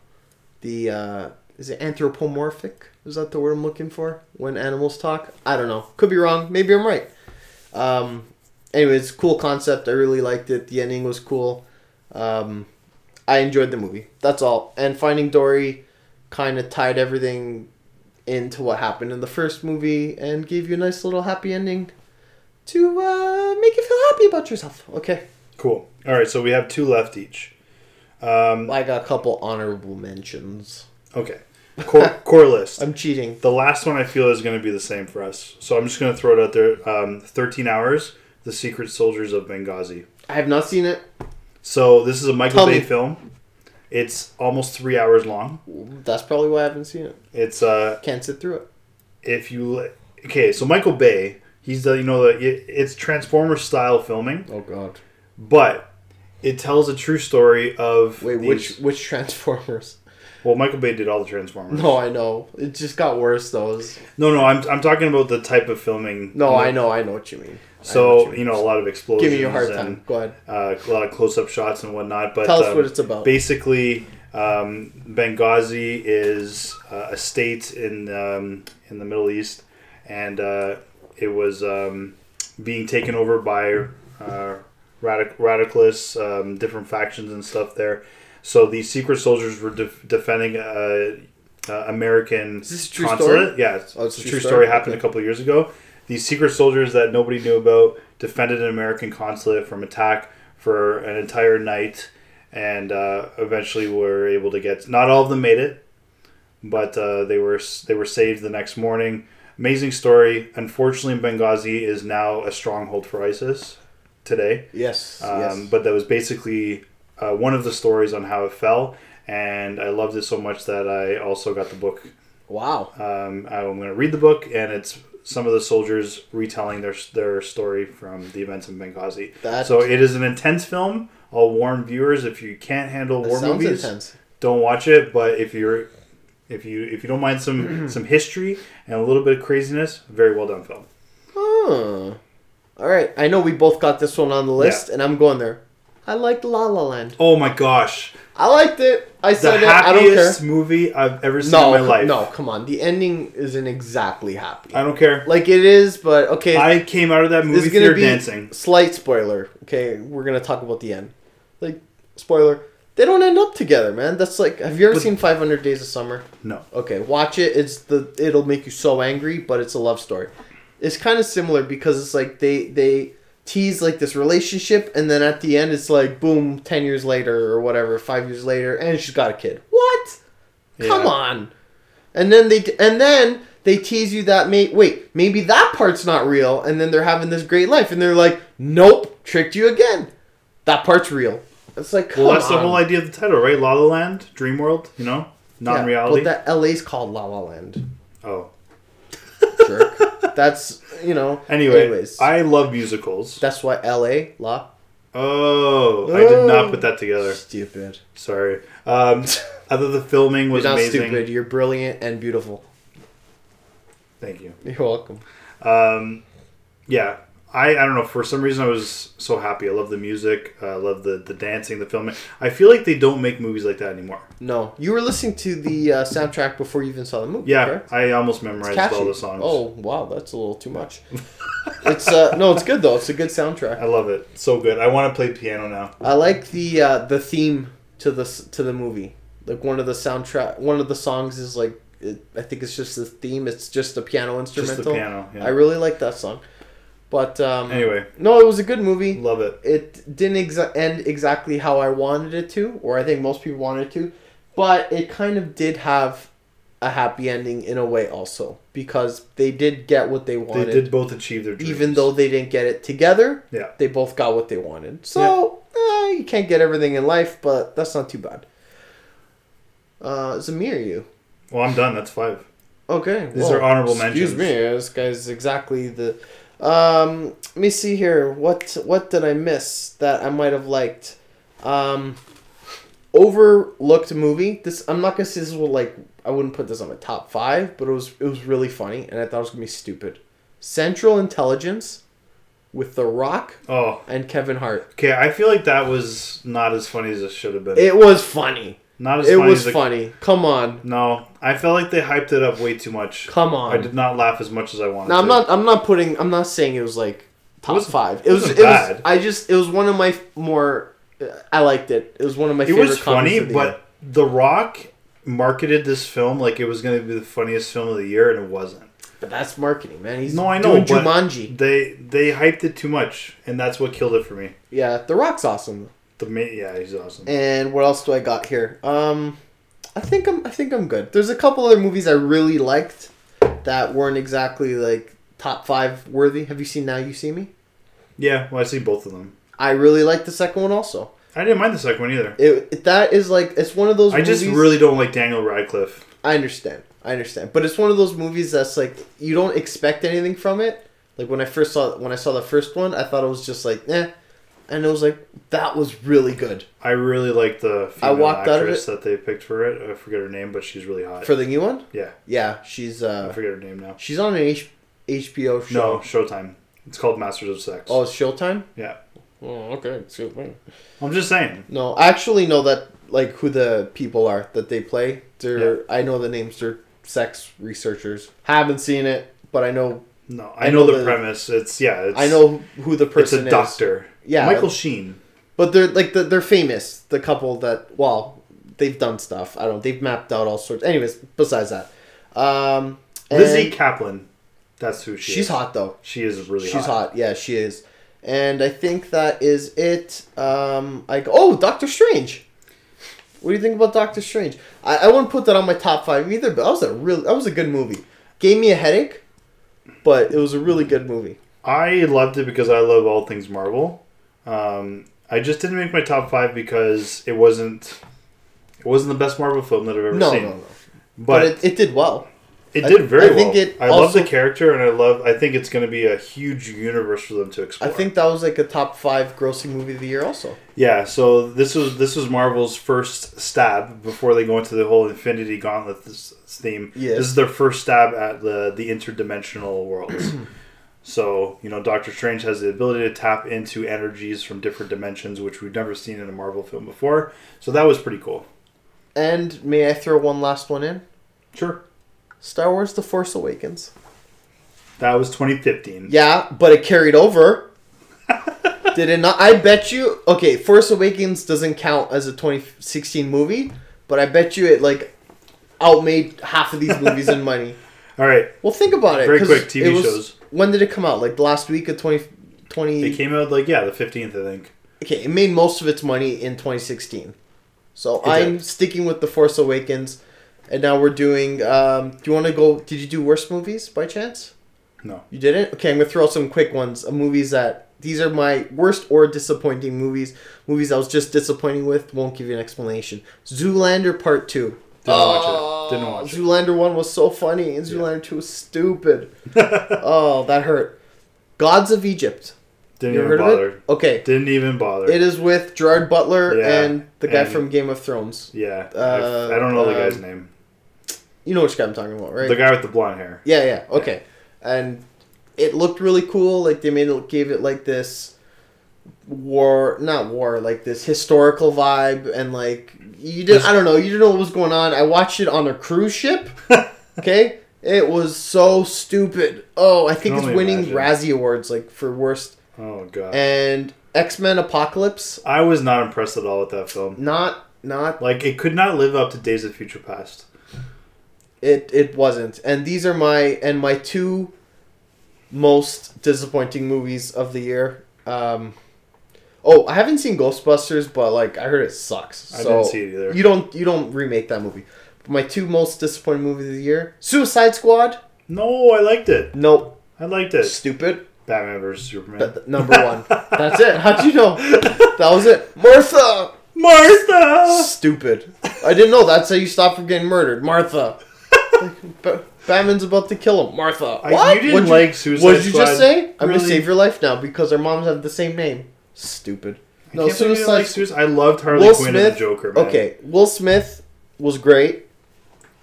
[SPEAKER 4] The uh, is it anthropomorphic? Is that the word I'm looking for when animals talk? I don't know. Could be wrong. Maybe I'm right. Um, anyways, cool concept. I really liked it. The ending was cool. Um, I enjoyed the movie. That's all. And Finding Dory kind of tied everything into what happened in the first movie and gave you a nice little happy ending to uh, make you feel happy about yourself. Okay.
[SPEAKER 3] Cool. All right, so we have two left each.
[SPEAKER 4] Um, I got a couple honorable mentions.
[SPEAKER 3] Okay. Core, core list.
[SPEAKER 4] I'm cheating.
[SPEAKER 3] The last one I feel is going to be the same for us. So I'm just going to throw it out there. Um, 13 Hours, The Secret Soldiers of Benghazi.
[SPEAKER 4] I have not seen it.
[SPEAKER 3] So this is a Michael
[SPEAKER 4] Tell
[SPEAKER 3] Bay
[SPEAKER 4] me.
[SPEAKER 3] film. It's almost three hours long.
[SPEAKER 4] That's probably why I haven't seen it.
[SPEAKER 3] It's uh,
[SPEAKER 4] Can't sit through it.
[SPEAKER 3] if you li- okay, so Michael Bay, he's the you know the it, it's Transformer style filming,
[SPEAKER 6] Oh God.
[SPEAKER 3] but it tells a true story of
[SPEAKER 4] Wait,
[SPEAKER 3] these-
[SPEAKER 4] which which Transformers?
[SPEAKER 3] well Michael Bay did all the Transformers.
[SPEAKER 4] No, I know. It just got worse though. It was-
[SPEAKER 3] no, no, I'm I'm talking about the type of filming.
[SPEAKER 4] No, I know, I know what you mean. I know what
[SPEAKER 3] So you
[SPEAKER 4] mean.
[SPEAKER 3] know a lot of explosions.
[SPEAKER 4] give me a hard
[SPEAKER 3] and-
[SPEAKER 4] time. Go ahead.
[SPEAKER 3] uh, a lot of close-up shots and whatnot. But
[SPEAKER 4] Tell us
[SPEAKER 3] um,
[SPEAKER 4] what it's about.
[SPEAKER 3] Basically, um, Benghazi is uh, a state in um, in the Middle East, and uh, it was um, being taken over by uh, radic- radicalists, um, different factions and stuff there. So these secret soldiers were def defending a, uh American
[SPEAKER 4] this a true
[SPEAKER 3] consulate.
[SPEAKER 4] story?
[SPEAKER 3] Yeah, it's,
[SPEAKER 4] Oh, it's
[SPEAKER 3] a true story. Happened
[SPEAKER 4] Okay.
[SPEAKER 3] a couple years ago. These secret soldiers that nobody knew about defended an American consulate from attack for an entire night, and uh, eventually were able to get. Not all of them made it, but uh, they were they were saved the next morning. Amazing story. Unfortunately, Benghazi is now a stronghold for ISIS today.
[SPEAKER 4] Yes.
[SPEAKER 3] Um,
[SPEAKER 4] yes.
[SPEAKER 3] But that was basically uh, one of the stories on how it fell, and I loved it so much that I also got the book
[SPEAKER 4] Wow.
[SPEAKER 3] um, I'm going to read the book, and it's some of the soldiers retelling their their story from the events in Benghazi.
[SPEAKER 4] That-
[SPEAKER 3] so it is an intense film. I'll warn viewers if you can't handle
[SPEAKER 4] That
[SPEAKER 3] war
[SPEAKER 4] sounds
[SPEAKER 3] movies,
[SPEAKER 4] intense.
[SPEAKER 3] don't watch it. But if you're if you if you don't mind some some history and a little bit of craziness, very well done film.
[SPEAKER 4] Huh. All right. I know we both got this one on the list, and I'm going there. I liked La La Land.
[SPEAKER 3] Oh my gosh,
[SPEAKER 4] I liked it. I
[SPEAKER 3] the
[SPEAKER 4] said it. I don't care.
[SPEAKER 3] happiest movie I've ever seen
[SPEAKER 4] No,
[SPEAKER 3] in my life.
[SPEAKER 4] no, come on. The ending isn't exactly happy.
[SPEAKER 3] I don't care.
[SPEAKER 4] Like it is, but okay.
[SPEAKER 3] I came out of that
[SPEAKER 4] this
[SPEAKER 3] movie
[SPEAKER 4] is gonna
[SPEAKER 3] theater
[SPEAKER 4] be
[SPEAKER 3] dancing.
[SPEAKER 4] slight spoiler. Okay, we're gonna talk about the end. Like spoiler, they don't end up together, man. That's like, have you ever
[SPEAKER 3] But-
[SPEAKER 4] seen Five Hundred Days of Summer?
[SPEAKER 3] No,
[SPEAKER 4] Okay, watch it. It's the it'll make you so angry, but it's a love story. It's kind of similar because it's like they they tease like this relationship, and then at the end it's like boom, ten years later or whatever, five years later, and she's got a kid. What? Come
[SPEAKER 3] Yeah.
[SPEAKER 4] on. And then they and then they tease you that may wait maybe that part's not real, and then they're having this great life, and they're like, nope, tricked you again. That part's real. It's like come
[SPEAKER 3] well that's
[SPEAKER 4] on.
[SPEAKER 3] the whole idea of the title, right? La La Land, Dream World. You know, not
[SPEAKER 4] Yeah,
[SPEAKER 3] in reality.
[SPEAKER 4] But that LA's called La La Land.
[SPEAKER 3] oh.
[SPEAKER 4] jerk. That's you know.
[SPEAKER 3] Anyway,
[SPEAKER 4] anyways,
[SPEAKER 3] I love musicals.
[SPEAKER 4] that's why L.A. La
[SPEAKER 3] oh, I did
[SPEAKER 4] Oh.
[SPEAKER 3] not put that together.
[SPEAKER 4] stupid.
[SPEAKER 3] Sorry. Um, other the filming was
[SPEAKER 4] You're not
[SPEAKER 3] amazing.
[SPEAKER 4] stupid. You're brilliant and beautiful.
[SPEAKER 3] Thank you.
[SPEAKER 4] You're welcome.
[SPEAKER 3] Um, yeah, I, I don't know. For some reason, I was so happy. I love the music. Uh, I love the the dancing, the filming. I feel like they don't make movies like that anymore.
[SPEAKER 4] No, you were listening to the uh, soundtrack before you even saw the movie.
[SPEAKER 3] Yeah,
[SPEAKER 4] correct?
[SPEAKER 3] I almost memorized
[SPEAKER 4] Catchy.
[SPEAKER 3] all the songs.
[SPEAKER 4] Oh wow, that's a little too much. it's uh, no, it's good though. It's a good
[SPEAKER 3] I
[SPEAKER 4] soundtrack.
[SPEAKER 3] love it. So good. I want to play piano now.
[SPEAKER 4] I like the uh, the theme to the s- to the movie. Like one of the soundtrack, one of the songs is like it, I think it's just the theme. It's just a piano instrumental.
[SPEAKER 3] piano, yeah.
[SPEAKER 4] I really like that song. But um,
[SPEAKER 3] Anyway,
[SPEAKER 4] no, it was a good movie.
[SPEAKER 3] love it.
[SPEAKER 4] it didn't exa- end exactly how I wanted it to, or I think most people wanted it to, but it kind of did have a happy ending in a way also because they did get what they
[SPEAKER 3] They
[SPEAKER 4] wanted.
[SPEAKER 3] did both achieve their dreams.
[SPEAKER 4] even though they didn't get it together,
[SPEAKER 3] Yeah.
[SPEAKER 4] they both got what they wanted. So eh, you can't get everything in life, but that's not too bad. Uh, Zamir, you
[SPEAKER 3] Well, I'm done. That's five.
[SPEAKER 4] okay?
[SPEAKER 3] These are honorable
[SPEAKER 4] Excuse
[SPEAKER 3] mentions.
[SPEAKER 4] me, this guy's exactly the. Um, let me see here. What what did I miss that I might have liked? Um, overlooked movie. This I'm not gonna say this was like I wouldn't put this on my top five, but it was it was really funny, and I thought it was gonna be stupid. Central Intelligence, with The Rock
[SPEAKER 3] Oh,
[SPEAKER 4] and Kevin Hart.
[SPEAKER 3] okay. I feel like that was not as funny as it should have been.
[SPEAKER 4] It was funny.
[SPEAKER 3] not as
[SPEAKER 4] It
[SPEAKER 3] funny
[SPEAKER 4] was
[SPEAKER 3] as it
[SPEAKER 4] funny. Come on,
[SPEAKER 3] No, I felt like they hyped it up way too much.
[SPEAKER 4] come on.
[SPEAKER 3] I did not laugh as much as I wanted.
[SPEAKER 4] No, I'm
[SPEAKER 3] to.
[SPEAKER 4] not. I'm not putting. I'm not saying it was like top
[SPEAKER 3] wasn't-
[SPEAKER 4] five.
[SPEAKER 3] it
[SPEAKER 4] It was.
[SPEAKER 3] wasn't
[SPEAKER 4] It was.
[SPEAKER 3] bad.
[SPEAKER 4] I just. It was one of my f- more. I liked it. It was one of my.
[SPEAKER 3] It
[SPEAKER 4] favorite
[SPEAKER 3] was
[SPEAKER 4] comedies
[SPEAKER 3] funny,
[SPEAKER 4] of the year.
[SPEAKER 3] but The Rock marketed this film like it was going to be the funniest film of the year, and it wasn't.
[SPEAKER 4] But that's marketing, man. He's
[SPEAKER 3] No, I know.
[SPEAKER 4] doing
[SPEAKER 3] but
[SPEAKER 4] Jumanji.
[SPEAKER 3] They they hyped it too much, and that's what killed it for me.
[SPEAKER 4] Yeah, The Rock's awesome.
[SPEAKER 3] The ma- yeah, he's awesome.
[SPEAKER 4] And what else do I got here? Um, I think I'm I think I'm good. There's a couple other movies I really liked that weren't exactly like top five worthy. Have you seen Now You See Me?
[SPEAKER 3] yeah, well, I see both of them.
[SPEAKER 4] I really liked the second one also.
[SPEAKER 3] I didn't mind the second one either.
[SPEAKER 4] It, it- that is like it's one of those.
[SPEAKER 3] I just
[SPEAKER 4] movies-
[SPEAKER 3] really don't like Daniel Radcliffe.
[SPEAKER 4] I understand. I understand. But it's one of those movies that's like you don't expect anything from it. Like when I first saw when I saw the first one, I thought it was just like eh, and it was like that was really good
[SPEAKER 3] I really like the
[SPEAKER 4] I
[SPEAKER 3] female
[SPEAKER 4] walked out of
[SPEAKER 3] actress that they picked for it. I forget her name, but she's really hot.
[SPEAKER 4] for the new one.
[SPEAKER 3] yeah,
[SPEAKER 4] Yeah, she's
[SPEAKER 3] I
[SPEAKER 4] uh
[SPEAKER 3] forget her name now.
[SPEAKER 4] she's on an H- HBO
[SPEAKER 3] No,
[SPEAKER 4] show.
[SPEAKER 3] Showtime. It's called Masters of Sex.
[SPEAKER 4] Oh, it's Showtime.
[SPEAKER 3] yeah.
[SPEAKER 4] Oh, okay. Excuse me.
[SPEAKER 3] I'm just saying.
[SPEAKER 4] No, I actually know that like who the people are that they play. They're I know the names. They're sex researchers. Haven't seen it, but I know
[SPEAKER 3] No, I,
[SPEAKER 4] I
[SPEAKER 3] know,
[SPEAKER 4] know
[SPEAKER 3] the,
[SPEAKER 4] the-
[SPEAKER 3] premise. It's yeah. It's,
[SPEAKER 4] I know who the
[SPEAKER 3] It's
[SPEAKER 4] person
[SPEAKER 3] a
[SPEAKER 4] is.
[SPEAKER 3] doctor.
[SPEAKER 4] Yeah.
[SPEAKER 3] Michael Sheen.
[SPEAKER 4] But they're like the, they're famous. The couple that well, they've done stuff. I don't. They've mapped out all sorts. Anyways, besides that, um,
[SPEAKER 3] Lizzie
[SPEAKER 4] and
[SPEAKER 3] Kaplan. That's who she is.
[SPEAKER 4] she's hot though.
[SPEAKER 3] She is really
[SPEAKER 4] she's hot. Yeah, she is. And I think that is it. Um, I oh Doctor Strange. What do you think about Doctor Strange? I, I wouldn't put that on my top five either, but that was a real that was a good movie. Gave me a headache, but it was a really good movie.
[SPEAKER 3] I loved it because I love all things Marvel. Um, I just didn't make my top five because it wasn't it wasn't the best Marvel film that I've ever
[SPEAKER 4] No,
[SPEAKER 3] seen.
[SPEAKER 4] no, no.
[SPEAKER 3] But,
[SPEAKER 4] But
[SPEAKER 3] it,
[SPEAKER 4] it, it did well. I-
[SPEAKER 3] did very
[SPEAKER 4] I
[SPEAKER 3] well.
[SPEAKER 4] think it
[SPEAKER 3] I love the
[SPEAKER 4] also-
[SPEAKER 3] character, and I love. I think it's going to be a huge universe for them to
[SPEAKER 4] I
[SPEAKER 3] explore.
[SPEAKER 4] think that was like a top five grossing movie of the year also.
[SPEAKER 3] Yeah. So this was this was Marvel's first stab before they go into the whole Infinity Gauntlet th- theme.
[SPEAKER 4] Yes.
[SPEAKER 3] This is their first stab at the the interdimensional worlds. so you know, Doctor Strange has the ability to tap into energies from different dimensions, which we've never seen in a Marvel film before. So that was pretty cool.
[SPEAKER 4] And may I throw one last one in?
[SPEAKER 3] Sure.
[SPEAKER 4] Star Wars: The Force Awakens.
[SPEAKER 3] That was 2015.
[SPEAKER 4] Yeah, but it carried over. Did it not? I bet you. Okay, Force Awakens doesn't count as a 2016 movie, but I bet you it like outmade half of these movies in money.
[SPEAKER 3] All right.
[SPEAKER 4] Well, think about it.
[SPEAKER 3] Very
[SPEAKER 4] 'cause
[SPEAKER 3] quick, TV
[SPEAKER 4] it was-
[SPEAKER 3] shows.
[SPEAKER 4] When did it come out? Like last week of 20. 20
[SPEAKER 3] It came out like yeah, the 15th, I think.
[SPEAKER 4] okay, it made most of its money in 2016. So I'm
[SPEAKER 3] did.
[SPEAKER 4] sticking with The Force Awakens, and now we're doing. Um, do you want to go? Did you do worst movies by chance?
[SPEAKER 3] No.
[SPEAKER 4] You didn't? Okay, I'm gonna throw out some quick ones. Of movies that these are my worst or disappointing movies. Movies I was just disappointing with. Won't give you an explanation. Zoolander Part Two.
[SPEAKER 3] Didn't
[SPEAKER 4] Oh.
[SPEAKER 3] watch it. Didn't watch it.
[SPEAKER 4] Zoolander One was so funny, and Zoolander Two was stupid. oh, that hurt. Gods of Egypt.
[SPEAKER 3] Didn't
[SPEAKER 4] You ever
[SPEAKER 3] even
[SPEAKER 4] heard
[SPEAKER 3] bother.
[SPEAKER 4] of it? Okay.
[SPEAKER 3] Didn't even bother.
[SPEAKER 4] It is with Gerard Butler
[SPEAKER 3] Yeah,
[SPEAKER 4] and the guy
[SPEAKER 3] and-
[SPEAKER 4] from Game of Thrones.
[SPEAKER 3] Yeah,
[SPEAKER 4] Uh,
[SPEAKER 3] I I don't know the guy's
[SPEAKER 4] um,
[SPEAKER 3] name.
[SPEAKER 4] You know which guy I'm talking about, right?
[SPEAKER 3] The guy with the blonde hair.
[SPEAKER 4] Yeah, yeah, okay. And it looked really cool. Like they made it, gave it like this war, not war, like this historical vibe, and like you did. I don't know. You didn't know what was going on. I watched it on a cruise ship. Okay, it was so stupid. Oh, I
[SPEAKER 3] Can
[SPEAKER 4] think it's
[SPEAKER 3] only
[SPEAKER 4] winning
[SPEAKER 3] imagine.
[SPEAKER 4] Razzie awards like for worst.
[SPEAKER 3] Oh god,
[SPEAKER 4] And X Men Apocalypse,
[SPEAKER 3] I was not impressed at all with that film.
[SPEAKER 4] not not
[SPEAKER 3] Like it could not live up to Days of Future Past.
[SPEAKER 4] It it wasn't. And these are my and my two most disappointing movies of the year. Um Oh, I haven't seen Ghostbusters, but like I heard it sucks.
[SPEAKER 3] I
[SPEAKER 4] So
[SPEAKER 3] didn't see it either.
[SPEAKER 4] You don't you don't remake that movie. But my two most disappointing movies of the year: Suicide Squad.
[SPEAKER 3] No, I liked it.
[SPEAKER 4] Nope,
[SPEAKER 3] I liked it.
[SPEAKER 4] stupid.
[SPEAKER 3] Batman versus Superman.
[SPEAKER 4] Th- th- number one. That's it. How'd you know? That was it. Martha.
[SPEAKER 3] Martha.
[SPEAKER 4] Stupid. I didn't know. That's how you stop from getting murdered, Martha. Ba- Batman's about to kill him, Martha.
[SPEAKER 3] I-
[SPEAKER 4] What?
[SPEAKER 3] you didn't
[SPEAKER 4] What'd
[SPEAKER 3] like Suicide
[SPEAKER 4] What did you
[SPEAKER 3] Squad?
[SPEAKER 4] just say? I'm
[SPEAKER 3] Really?
[SPEAKER 4] gonna save your life now because our moms have the same name. Stupid.
[SPEAKER 3] No,
[SPEAKER 4] No,
[SPEAKER 3] Suicide.
[SPEAKER 4] Suicide.
[SPEAKER 3] Like Suicide. I loved Harley
[SPEAKER 4] Will
[SPEAKER 3] Quinn
[SPEAKER 4] Smith.
[SPEAKER 3] and the Joker. Man.
[SPEAKER 4] Okay, Will Smith was great.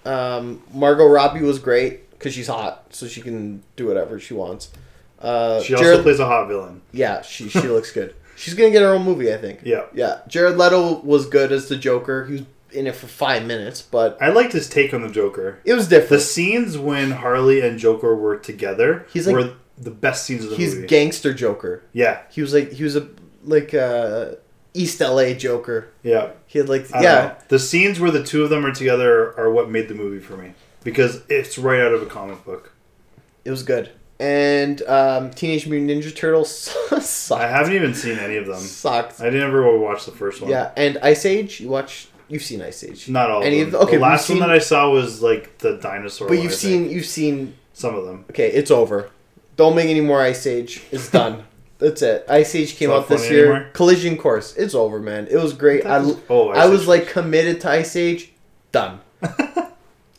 [SPEAKER 4] Um, Margot Robbie was great because she's hot, so she can do whatever she wants. Uh,
[SPEAKER 3] She
[SPEAKER 4] Jared-
[SPEAKER 3] also plays a hot villain.
[SPEAKER 4] yeah, she she looks good. She's gonna get her own movie, I think.
[SPEAKER 3] Yeah.
[SPEAKER 4] Yeah. Jared Leto was good as the Joker. He was in it for five minutes, but
[SPEAKER 3] I liked his take on the Joker.
[SPEAKER 4] it was
[SPEAKER 3] The
[SPEAKER 4] different.
[SPEAKER 3] scenes when Harley and Joker were together
[SPEAKER 4] He's like-
[SPEAKER 3] were the best scenes of the
[SPEAKER 4] He's
[SPEAKER 3] movie.
[SPEAKER 4] gangster Joker.
[SPEAKER 3] yeah,
[SPEAKER 4] He was like he was a like uh East LA Joker.
[SPEAKER 3] Yeah.
[SPEAKER 4] He had like
[SPEAKER 3] I
[SPEAKER 4] yeah,
[SPEAKER 3] don't know. The scenes where the two of them are together are what made the movie for me because it's right out of a comic book.
[SPEAKER 4] it was good. And um, Teenage Mutant Ninja Turtles
[SPEAKER 3] I
[SPEAKER 4] sucked.
[SPEAKER 3] haven't even seen any of them.
[SPEAKER 4] Sucked.
[SPEAKER 3] I didn't ever watch the first one.
[SPEAKER 4] Yeah, and Ice Age. You watch. You've seen Ice Age.
[SPEAKER 3] Not all.
[SPEAKER 4] Any
[SPEAKER 3] of
[SPEAKER 4] of
[SPEAKER 3] them.
[SPEAKER 4] the- okay,
[SPEAKER 3] The
[SPEAKER 4] we've
[SPEAKER 3] last
[SPEAKER 4] seen-
[SPEAKER 3] one that I saw was like the dinosaur.
[SPEAKER 4] But
[SPEAKER 3] one,
[SPEAKER 4] you've
[SPEAKER 3] I think.
[SPEAKER 4] seen you've seen.
[SPEAKER 3] some of them.
[SPEAKER 4] Okay, it's over. Don't make any more Ice Age. It's done. That's it. Ice Age came
[SPEAKER 3] not
[SPEAKER 4] out this
[SPEAKER 3] funny
[SPEAKER 4] year.
[SPEAKER 3] anymore?
[SPEAKER 4] Collision Course. It's over, man. It was great. I,
[SPEAKER 3] was- oh, Ice
[SPEAKER 4] I was
[SPEAKER 3] Age
[SPEAKER 4] like committed to Ice Age. Done.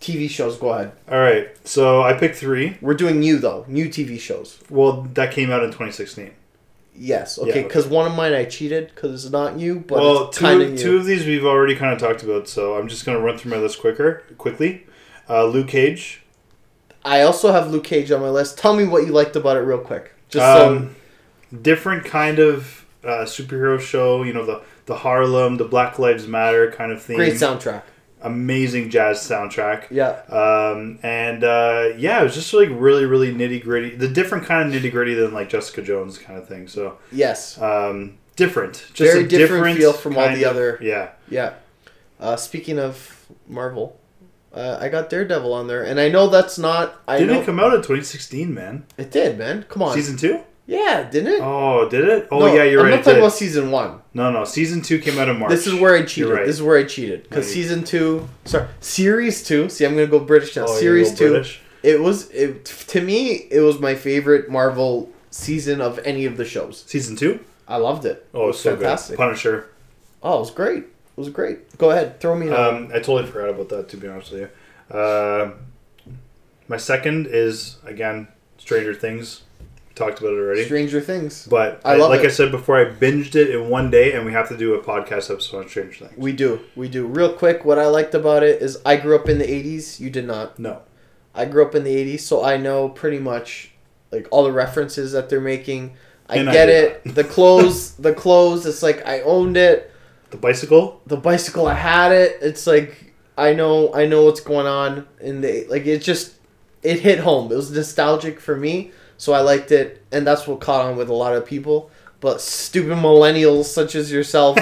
[SPEAKER 4] TV shows. Go ahead.
[SPEAKER 3] All right, so I picked three.
[SPEAKER 4] We're doing new though. New TV shows.
[SPEAKER 3] Well, that came out in 2016.
[SPEAKER 4] Yes.
[SPEAKER 3] Yeah,
[SPEAKER 4] Okay.
[SPEAKER 3] okay.
[SPEAKER 4] Because one of mine I cheated because it's not you, but
[SPEAKER 3] well,
[SPEAKER 4] it's kind
[SPEAKER 3] two,
[SPEAKER 4] of
[SPEAKER 3] two
[SPEAKER 4] you.
[SPEAKER 3] of these we've already kind of talked about, so I'm just gonna run through my list quicker, quickly. Uh, Luke Cage.
[SPEAKER 4] I also have Luke Cage on my list. Tell me what you liked about it, real quick. Just
[SPEAKER 3] Um, different kind of uh, superhero show. You know the the Harlem, the Black Lives Matter kind of
[SPEAKER 4] so
[SPEAKER 3] theme.
[SPEAKER 4] great soundtrack.
[SPEAKER 3] Amazing jazz soundtrack.
[SPEAKER 4] Yeah.
[SPEAKER 3] Um, and uh, yeah, it was just like really, really nitty gritty. The different kind of nitty gritty than like Jessica Jones kind of thing. So
[SPEAKER 4] Yes.
[SPEAKER 3] um, different, just
[SPEAKER 4] Very
[SPEAKER 3] a
[SPEAKER 4] different feel from all
[SPEAKER 3] kind
[SPEAKER 4] the
[SPEAKER 3] of-
[SPEAKER 4] other-
[SPEAKER 3] Yeah.
[SPEAKER 4] Yeah. Uh, speaking of Marvel, uh, I got Daredevil on there, and I know that's not. I
[SPEAKER 3] Didn't
[SPEAKER 4] know
[SPEAKER 3] it come out in 2016, man?
[SPEAKER 4] it did, man. Come on.
[SPEAKER 3] Season two?
[SPEAKER 4] yeah, didn't it?
[SPEAKER 3] Oh, did it? Oh,
[SPEAKER 4] No,
[SPEAKER 3] yeah, you're
[SPEAKER 4] I'm
[SPEAKER 3] right.
[SPEAKER 4] not
[SPEAKER 3] it
[SPEAKER 4] talking
[SPEAKER 3] did.
[SPEAKER 4] about season one.
[SPEAKER 3] No, no, season two came out in March.
[SPEAKER 4] This is where I cheated.
[SPEAKER 3] You're right.
[SPEAKER 4] This is where I cheated because
[SPEAKER 3] Right.
[SPEAKER 4] season two, sorry, series two. See, I'm gonna go British now.
[SPEAKER 3] Oh, you're a
[SPEAKER 4] series
[SPEAKER 3] little
[SPEAKER 4] two.
[SPEAKER 3] British.
[SPEAKER 4] It was it, to me. It was my favorite Marvel season of any of the shows.
[SPEAKER 3] Season two?
[SPEAKER 4] I loved it.
[SPEAKER 3] Oh,
[SPEAKER 4] it
[SPEAKER 3] it
[SPEAKER 4] was
[SPEAKER 3] so
[SPEAKER 4] fantastic.
[SPEAKER 3] good. Punisher.
[SPEAKER 4] Oh, it was great. It was great. Go ahead, throw me. Um,
[SPEAKER 3] Um, I totally forgot about that, to be honest with you. Uh, my second is, again, Stranger Things. We talked about it already.
[SPEAKER 4] Stranger Things.
[SPEAKER 3] but
[SPEAKER 4] I
[SPEAKER 3] I
[SPEAKER 4] love
[SPEAKER 3] like
[SPEAKER 4] it.
[SPEAKER 3] I said before, I binged it in one day, and we have to do a podcast episode on Stranger Things.
[SPEAKER 4] We do, we do. Real quick, what I liked about it is I grew up in the '80s. You did not.
[SPEAKER 3] no.
[SPEAKER 4] I grew up in the '80s, so I know pretty much like all the references that they're making. I
[SPEAKER 3] And I
[SPEAKER 4] get
[SPEAKER 3] did
[SPEAKER 4] it. The clothes, the clothes. It's like I owned it.
[SPEAKER 3] The bicycle?
[SPEAKER 4] the bicycle I had it. It's like I know I know what's going on and they like it just it hit home. It was nostalgic for me, so I liked it and that's what caught on with a lot of people. But stupid millennials such as yourself,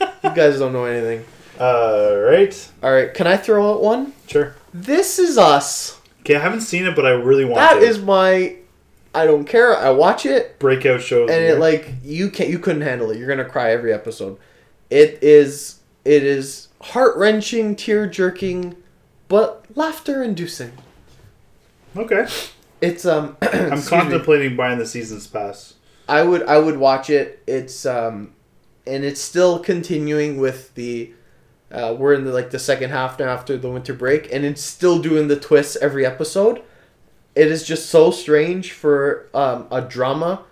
[SPEAKER 4] you guys don't know anything.
[SPEAKER 3] Uh, right?
[SPEAKER 4] All right, can I throw out one?
[SPEAKER 3] Sure.
[SPEAKER 4] This is us.
[SPEAKER 3] Okay, I haven't seen it, but I really want
[SPEAKER 4] That
[SPEAKER 3] to.
[SPEAKER 4] is my I don't care. I watch it.
[SPEAKER 3] breakout shows.
[SPEAKER 4] and
[SPEAKER 3] in
[SPEAKER 4] it
[SPEAKER 3] there.
[SPEAKER 4] like you can't you couldn't handle it you're gonna cry every episode it is it is heart-wrenching tear-jerking but laughter-inducing
[SPEAKER 3] okay.
[SPEAKER 4] it's um
[SPEAKER 3] I'm
[SPEAKER 4] excuse me.
[SPEAKER 3] contemplating buying the season's pass.
[SPEAKER 4] i would i would watch it it's um and it's still continuing with the uh, we're in the like the second half now after the winter break and it's still doing the twists every episode it is just so strange for um, a drama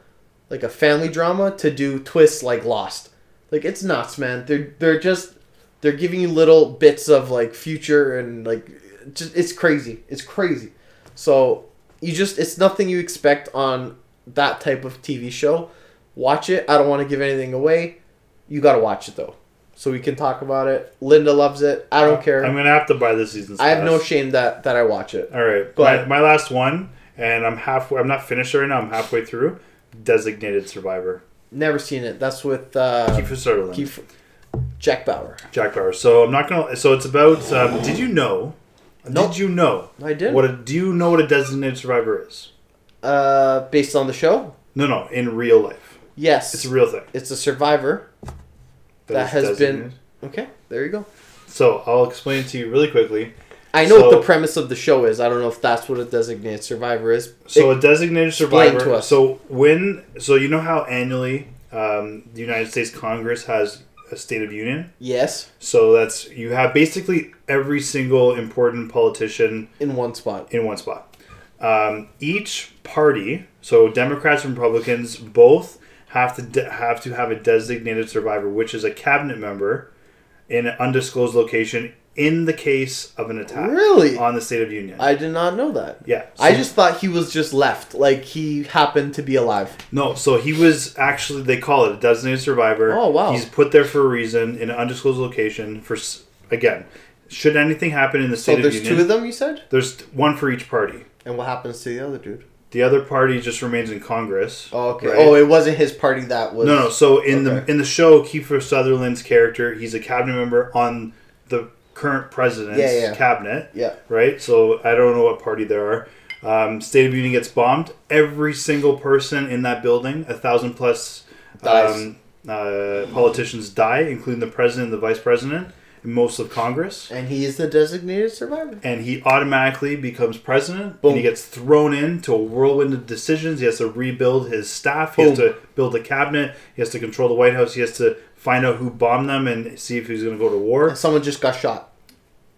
[SPEAKER 4] like a family drama to do twists like lost like it's nuts man they're they're just they're giving you little bits of like future and like just it's crazy it's crazy so you just it's nothing you expect on that type of tv show watch it i don't want to give anything away you gotta watch it though so we can talk about it linda loves it i don't care
[SPEAKER 3] I'm gonna have to buy the season's.
[SPEAKER 4] i have no
[SPEAKER 3] pass.
[SPEAKER 4] shame that that i watch it
[SPEAKER 3] All right,
[SPEAKER 4] Go
[SPEAKER 3] my,
[SPEAKER 4] ahead.
[SPEAKER 3] my last one, and I'm halfway. I'm not finished right now. I'm halfway through. Designated Survivor.
[SPEAKER 4] Never seen it. That's with uh,
[SPEAKER 3] Kiefer Sutherland,
[SPEAKER 4] Keith Jack Bauer.
[SPEAKER 3] Jack Bauer. So I'm not gonna. So it's about. Um, did you know?
[SPEAKER 4] Nope.
[SPEAKER 3] Did you know?
[SPEAKER 4] I didn't.
[SPEAKER 3] What a, do you know? What a designated survivor is?
[SPEAKER 4] Uh, based on the show.
[SPEAKER 3] No, no. In real life,
[SPEAKER 4] Yes,
[SPEAKER 3] it's
[SPEAKER 4] it's
[SPEAKER 3] a
[SPEAKER 4] a,
[SPEAKER 3] real thing.
[SPEAKER 4] survivor that
[SPEAKER 3] is
[SPEAKER 4] has been.
[SPEAKER 3] designated.
[SPEAKER 4] Okay, there you go.
[SPEAKER 3] So I'll explain to you really quickly.
[SPEAKER 4] I know what
[SPEAKER 3] So-
[SPEAKER 4] the premise of the show is. I don't know if that's what a designated survivor is.
[SPEAKER 3] So
[SPEAKER 4] It-
[SPEAKER 3] a designated
[SPEAKER 4] Explain
[SPEAKER 3] survivor.
[SPEAKER 4] to us.
[SPEAKER 3] So when so you know how annually um, the United States Congress has a State of Union.
[SPEAKER 4] yes,
[SPEAKER 3] So that's you have basically every single important politician
[SPEAKER 4] in one spot.
[SPEAKER 3] in one spot. Um, each party, so Democrats and Republicans, both have to de- have to have a designated survivor, which is a cabinet member in an undisclosed location in the case of an attack
[SPEAKER 4] Really?
[SPEAKER 3] on the State of Union.
[SPEAKER 4] I did not know that.
[SPEAKER 3] yeah,
[SPEAKER 4] I
[SPEAKER 3] so-
[SPEAKER 4] just thought he was just left, like he happened to be alive.
[SPEAKER 3] No, so he was actually they call it a designated survivor.
[SPEAKER 4] Oh, wow.
[SPEAKER 3] He's put there for a reason in an undisclosed location for s- again, should anything happen in the
[SPEAKER 4] So
[SPEAKER 3] state of
[SPEAKER 4] there's
[SPEAKER 3] union.
[SPEAKER 4] two of them, you said,
[SPEAKER 3] There's one for each party.
[SPEAKER 4] and what happens to the other dude?
[SPEAKER 3] The other party just remains in Congress.
[SPEAKER 4] Oh, okay.
[SPEAKER 3] right?
[SPEAKER 4] Oh, it wasn't his party that was.
[SPEAKER 3] no, no. So in the
[SPEAKER 4] Okay.
[SPEAKER 3] in the show, Kiefer Sutherland's character, he's a cabinet member on the current president's
[SPEAKER 4] Yeah, yeah.
[SPEAKER 3] cabinet.
[SPEAKER 4] Yeah.
[SPEAKER 3] Right. So I don't know what party there are. Um, State of Union gets bombed. Every single person in that building, a thousand plus
[SPEAKER 4] Dies.
[SPEAKER 3] um, uh, politicians die, including the president, and the vice president, and most of Congress.
[SPEAKER 4] And he is the designated survivor.
[SPEAKER 3] and he automatically becomes president.
[SPEAKER 4] Boom.
[SPEAKER 3] And he gets thrown into a whirlwind of decisions. He has to rebuild his staff. He has
[SPEAKER 4] Boom.
[SPEAKER 3] to build a cabinet. He has to control the White House. He has to find out who bombed them and see if he's going to go to war.
[SPEAKER 4] Someone just got shot.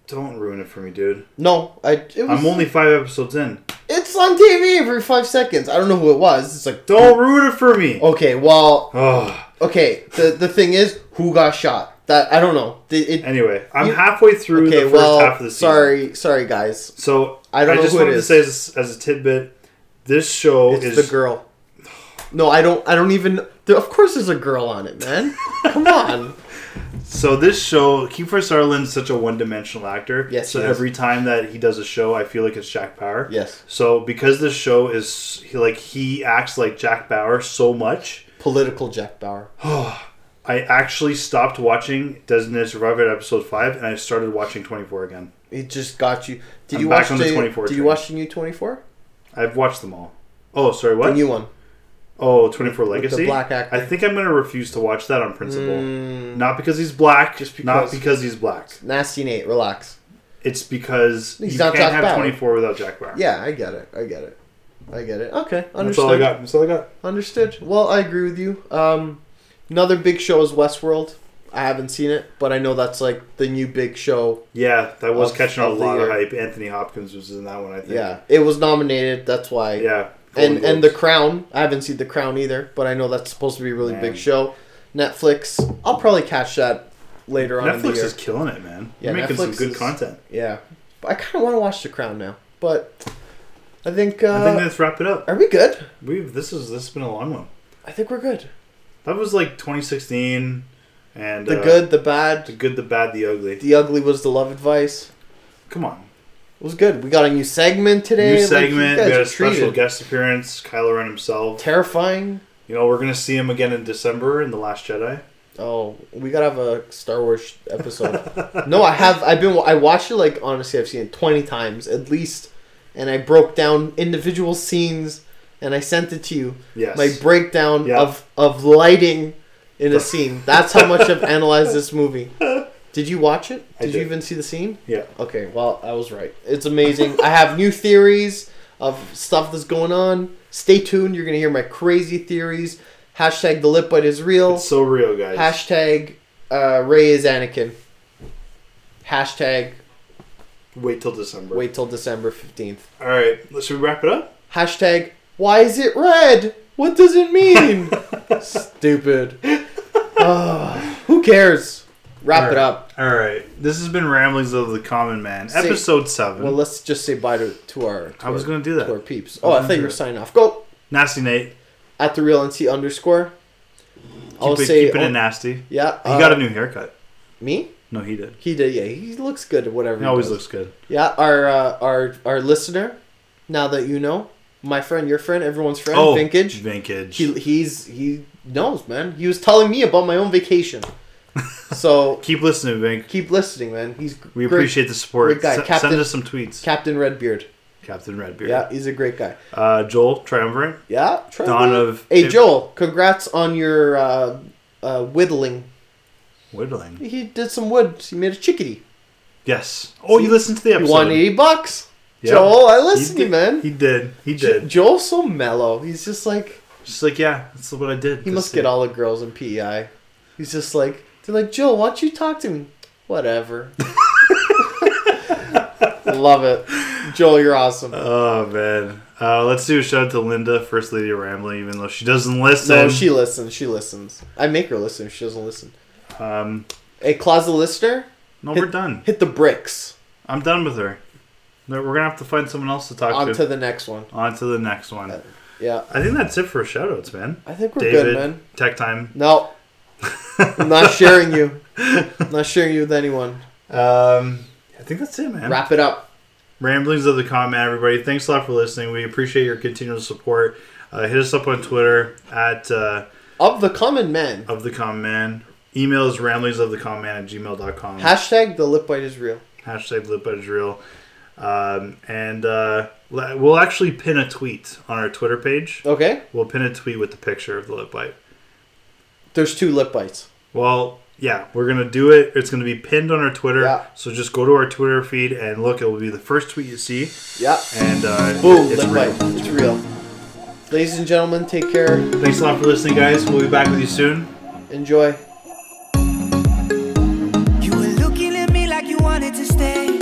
[SPEAKER 3] Don't ruin it for me, dude.
[SPEAKER 4] No, I. It was,
[SPEAKER 3] I'm only five episodes in.
[SPEAKER 4] It's on TV every five seconds. I don't know who it was. It's like
[SPEAKER 3] Don't ruin it for me.
[SPEAKER 4] Okay, well,
[SPEAKER 3] Oh.
[SPEAKER 4] okay. The the thing is, who got shot? That I don't know. The- it-
[SPEAKER 3] Anyway, I'm
[SPEAKER 4] You-
[SPEAKER 3] halfway through
[SPEAKER 4] okay,
[SPEAKER 3] the first
[SPEAKER 4] well,
[SPEAKER 3] half of the season.
[SPEAKER 4] sorry, sorry guys.
[SPEAKER 3] So I
[SPEAKER 4] I don't
[SPEAKER 3] don't. I
[SPEAKER 4] know
[SPEAKER 3] just
[SPEAKER 4] who it
[SPEAKER 3] wanted to
[SPEAKER 4] is.
[SPEAKER 3] say as, as a tidbit, this show
[SPEAKER 4] It's
[SPEAKER 3] is
[SPEAKER 4] the girl. No, I don't. I don't even. There, of course, there's a girl on it, man. Come on.
[SPEAKER 3] So this show, Kiefer Sutherland's such a one-dimensional actor.
[SPEAKER 4] Yes,
[SPEAKER 3] So
[SPEAKER 4] he is.
[SPEAKER 3] every time that he does a show, I feel like it's Jack Bauer.
[SPEAKER 4] Yes.
[SPEAKER 3] So because this show is he, like he acts like Jack Bauer so much,
[SPEAKER 4] Political Jack Bauer.
[SPEAKER 3] I actually stopped watching Designated Survivor at episode five, and I started watching Twenty Four again.
[SPEAKER 4] It just got you. Did
[SPEAKER 3] I'm
[SPEAKER 4] you
[SPEAKER 3] back
[SPEAKER 4] watch
[SPEAKER 3] on the
[SPEAKER 4] the
[SPEAKER 3] 24
[SPEAKER 4] Did you
[SPEAKER 3] train.
[SPEAKER 4] watch the new twenty four?
[SPEAKER 3] I've watched them all. Oh, sorry, what?
[SPEAKER 4] The new one.
[SPEAKER 3] oh, 24
[SPEAKER 4] with the
[SPEAKER 3] Legacy.
[SPEAKER 4] black actor. Mm.
[SPEAKER 3] I think I'm gonna refuse to watch that on principle. Not because he's black,
[SPEAKER 4] Just because-
[SPEAKER 3] not because he's black.
[SPEAKER 4] Nasty Nate. Relax.
[SPEAKER 3] It's because
[SPEAKER 4] He's
[SPEAKER 3] you
[SPEAKER 4] not
[SPEAKER 3] can't
[SPEAKER 4] Jack
[SPEAKER 3] have
[SPEAKER 4] Bauer.
[SPEAKER 3] 24 without Jack Bauer.
[SPEAKER 4] Yeah, I get it. I get it. I get it. Okay, understood.
[SPEAKER 3] That's all I got. That's all I got.
[SPEAKER 4] Understood. Well, I agree with you. Um, another big show is Westworld. I haven't seen it, but I know that's like the new big show.
[SPEAKER 3] Yeah, that was
[SPEAKER 4] Of-
[SPEAKER 3] catching a
[SPEAKER 4] of the
[SPEAKER 3] lot of
[SPEAKER 4] year.
[SPEAKER 3] hype. Anthony Hopkins was in that one, I think.
[SPEAKER 4] Yeah, it was nominated. That's why.
[SPEAKER 3] Yeah.
[SPEAKER 4] And
[SPEAKER 3] Golden
[SPEAKER 4] and the
[SPEAKER 3] Globes.
[SPEAKER 4] Crown. I haven't seen the Crown either, but I know that's supposed to be a really
[SPEAKER 3] Man.
[SPEAKER 4] big show. Netflix. I'll probably catch that later on in the
[SPEAKER 3] Netflix
[SPEAKER 4] year.
[SPEAKER 3] is killing it, man.
[SPEAKER 4] Yeah,
[SPEAKER 3] They're making some
[SPEAKER 4] Netflix
[SPEAKER 3] good
[SPEAKER 4] is-
[SPEAKER 3] content.
[SPEAKER 4] yeah, but I kind of want to watch the Crown now, but I think. Uh,
[SPEAKER 3] I think let's wrap it up.
[SPEAKER 4] are we good?
[SPEAKER 3] We've this is this has been a long one.
[SPEAKER 4] I think we're good.
[SPEAKER 3] That was like 2016, and
[SPEAKER 4] The
[SPEAKER 3] uh,
[SPEAKER 4] good, the bad,
[SPEAKER 3] the good, the bad, the ugly.
[SPEAKER 4] the ugly was the love advice.
[SPEAKER 3] Come on,
[SPEAKER 4] It was good. We got a new segment today.
[SPEAKER 3] new
[SPEAKER 4] Like, you
[SPEAKER 3] segment.
[SPEAKER 4] guys
[SPEAKER 3] We had
[SPEAKER 4] are
[SPEAKER 3] a special
[SPEAKER 4] treated.
[SPEAKER 3] guest appearance, Kylo Ren himself.
[SPEAKER 4] Terrifying.
[SPEAKER 3] You know, we're gonna see him again in December in the Last Jedi.
[SPEAKER 4] Oh, we gotta have a Star Wars episode. no, I have. I've been. I watched it like honestly. I've seen it twenty times at least, and I broke down individual scenes, and I sent it to you.
[SPEAKER 3] Yes.
[SPEAKER 4] My breakdown
[SPEAKER 3] Yeah.
[SPEAKER 4] of of lighting in a scene. That's how much I've analyzed this movie. Did you watch it?
[SPEAKER 3] I
[SPEAKER 4] Did, you
[SPEAKER 3] did.
[SPEAKER 4] even see the scene?
[SPEAKER 3] Yeah.
[SPEAKER 4] Okay, well, I was right. It's amazing. I have new theories of stuff that's going on. Stay tuned. You're going to hear my crazy theories. Hashtag the lip bite is real.
[SPEAKER 3] It's so real, guys.
[SPEAKER 4] Hashtag uh, Ray is Anakin. Hashtag
[SPEAKER 3] Wait till December.
[SPEAKER 4] wait till December 15th.
[SPEAKER 3] All right. Should we wrap it up?
[SPEAKER 4] Hashtag why is it red? What does it mean? Stupid. Ugh, who cares? Wrap it up.
[SPEAKER 3] All right. This has been Ramblings of the Common Man,
[SPEAKER 4] See-
[SPEAKER 3] episode seven.
[SPEAKER 4] Well, let's just say bye to, to our. To
[SPEAKER 3] I was
[SPEAKER 4] our-
[SPEAKER 3] gonna do that.
[SPEAKER 4] To our peeps. Oh, I
[SPEAKER 3] gonna
[SPEAKER 4] thought you
[SPEAKER 3] do
[SPEAKER 4] were
[SPEAKER 3] it.
[SPEAKER 4] signing off. Go.
[SPEAKER 3] Nasty Nate.
[SPEAKER 4] at the real NC underscore. I'll
[SPEAKER 3] Keep it,
[SPEAKER 4] say
[SPEAKER 3] keep it
[SPEAKER 4] oh,
[SPEAKER 3] in nasty. He
[SPEAKER 4] yeah. uh,
[SPEAKER 3] got a new haircut.
[SPEAKER 4] me.
[SPEAKER 3] No, he did.
[SPEAKER 4] He did. Yeah, he looks good. Whatever.
[SPEAKER 3] He always
[SPEAKER 4] does.
[SPEAKER 3] looks good.
[SPEAKER 4] Yeah, our uh, our our listener. Now that you know, my friend, your friend, everyone's friend,
[SPEAKER 3] Oh,
[SPEAKER 4] Vintage.
[SPEAKER 3] Vintage.
[SPEAKER 4] He he's he knows, man. He was telling me about my own vacation. so
[SPEAKER 3] keep listening, Vink.
[SPEAKER 4] keep listening, man. He's
[SPEAKER 3] We
[SPEAKER 4] great.
[SPEAKER 3] appreciate the support.
[SPEAKER 4] Great guy.
[SPEAKER 3] S-
[SPEAKER 4] Captain-
[SPEAKER 3] send us some tweets.
[SPEAKER 4] Captain Redbeard.
[SPEAKER 3] Captain Redbeard.
[SPEAKER 4] Yeah, he's a great guy.
[SPEAKER 3] Uh, Joel Triumvirate.
[SPEAKER 4] Yeah, try
[SPEAKER 3] Dawn
[SPEAKER 4] that.
[SPEAKER 3] of-
[SPEAKER 4] Hey Joel, congrats on your uh, uh, whittling.
[SPEAKER 3] Whittling.
[SPEAKER 4] He did some wood. He made a chickadee.
[SPEAKER 3] Yes. Oh, you listened to the
[SPEAKER 4] You
[SPEAKER 3] episode.
[SPEAKER 4] won 80 bucks.
[SPEAKER 3] Yeah.
[SPEAKER 4] Joel, I
[SPEAKER 3] He
[SPEAKER 4] listen to you,
[SPEAKER 3] did-
[SPEAKER 4] man.
[SPEAKER 3] He did. He
[SPEAKER 4] Jo-
[SPEAKER 3] did.
[SPEAKER 4] Joel's so mellow. He's just like,
[SPEAKER 3] Just like, yeah, that's what I did.
[SPEAKER 4] he
[SPEAKER 3] this
[SPEAKER 4] must get
[SPEAKER 3] day.
[SPEAKER 4] all the girls in PEI. He's just like, they're like, Joel, why don't you talk to me? Whatever. Love it. Joel, you're awesome.
[SPEAKER 3] Oh, man. Uh, let's do a shout out to Linda, First Lady of Rambling, even though she doesn't listen.
[SPEAKER 4] no, she listens. She listens. I make her listen if she doesn't listen.
[SPEAKER 3] Um,
[SPEAKER 4] Hey, closet listener,
[SPEAKER 3] no, we're done.
[SPEAKER 4] hit the bricks.
[SPEAKER 3] I'm done with her. No, We're going to have to find someone else to talk
[SPEAKER 4] On
[SPEAKER 3] to.
[SPEAKER 4] to the next one.
[SPEAKER 3] On to the next one.
[SPEAKER 4] Yeah.
[SPEAKER 3] I think that's it for shoutouts, man.
[SPEAKER 4] I think we're
[SPEAKER 3] David,
[SPEAKER 4] good, man.
[SPEAKER 3] Tech Time.
[SPEAKER 4] No. I'm not sharing you. I'm not sharing you with anyone.
[SPEAKER 3] Um, I think that's it, man.
[SPEAKER 4] Wrap it up.
[SPEAKER 3] Ramblings of the Con Man, everybody. Thanks a lot for listening. We appreciate your continual support. Uh, hit us up on Twitter at uh,
[SPEAKER 4] Of the common man.
[SPEAKER 3] of the Con Man. Email is ramblings of the con man at gmail.com.
[SPEAKER 4] Hashtag the lip bite is real.
[SPEAKER 3] Hashtag lip is real. Um, and uh, le- we'll actually pin a tweet on our Twitter page.
[SPEAKER 4] Okay?
[SPEAKER 3] We'll pin a tweet with the picture of the lip bite.
[SPEAKER 4] There's two lip bites.
[SPEAKER 3] Well, yeah, we're gonna do it. It's gonna be pinned on our Twitter.
[SPEAKER 4] Yeah.
[SPEAKER 3] So just go to our Twitter feed and look. It will be the first tweet you see.
[SPEAKER 4] Yeah.
[SPEAKER 3] And uh,
[SPEAKER 4] Boom,
[SPEAKER 3] it's
[SPEAKER 4] lip
[SPEAKER 3] real.
[SPEAKER 4] bite. It's real. Ladies and gentlemen, take care.
[SPEAKER 3] Thanks a lot for listening, guys. We'll be back with you soon.
[SPEAKER 4] Enjoy.
[SPEAKER 7] You were looking at me like you wanted to stay.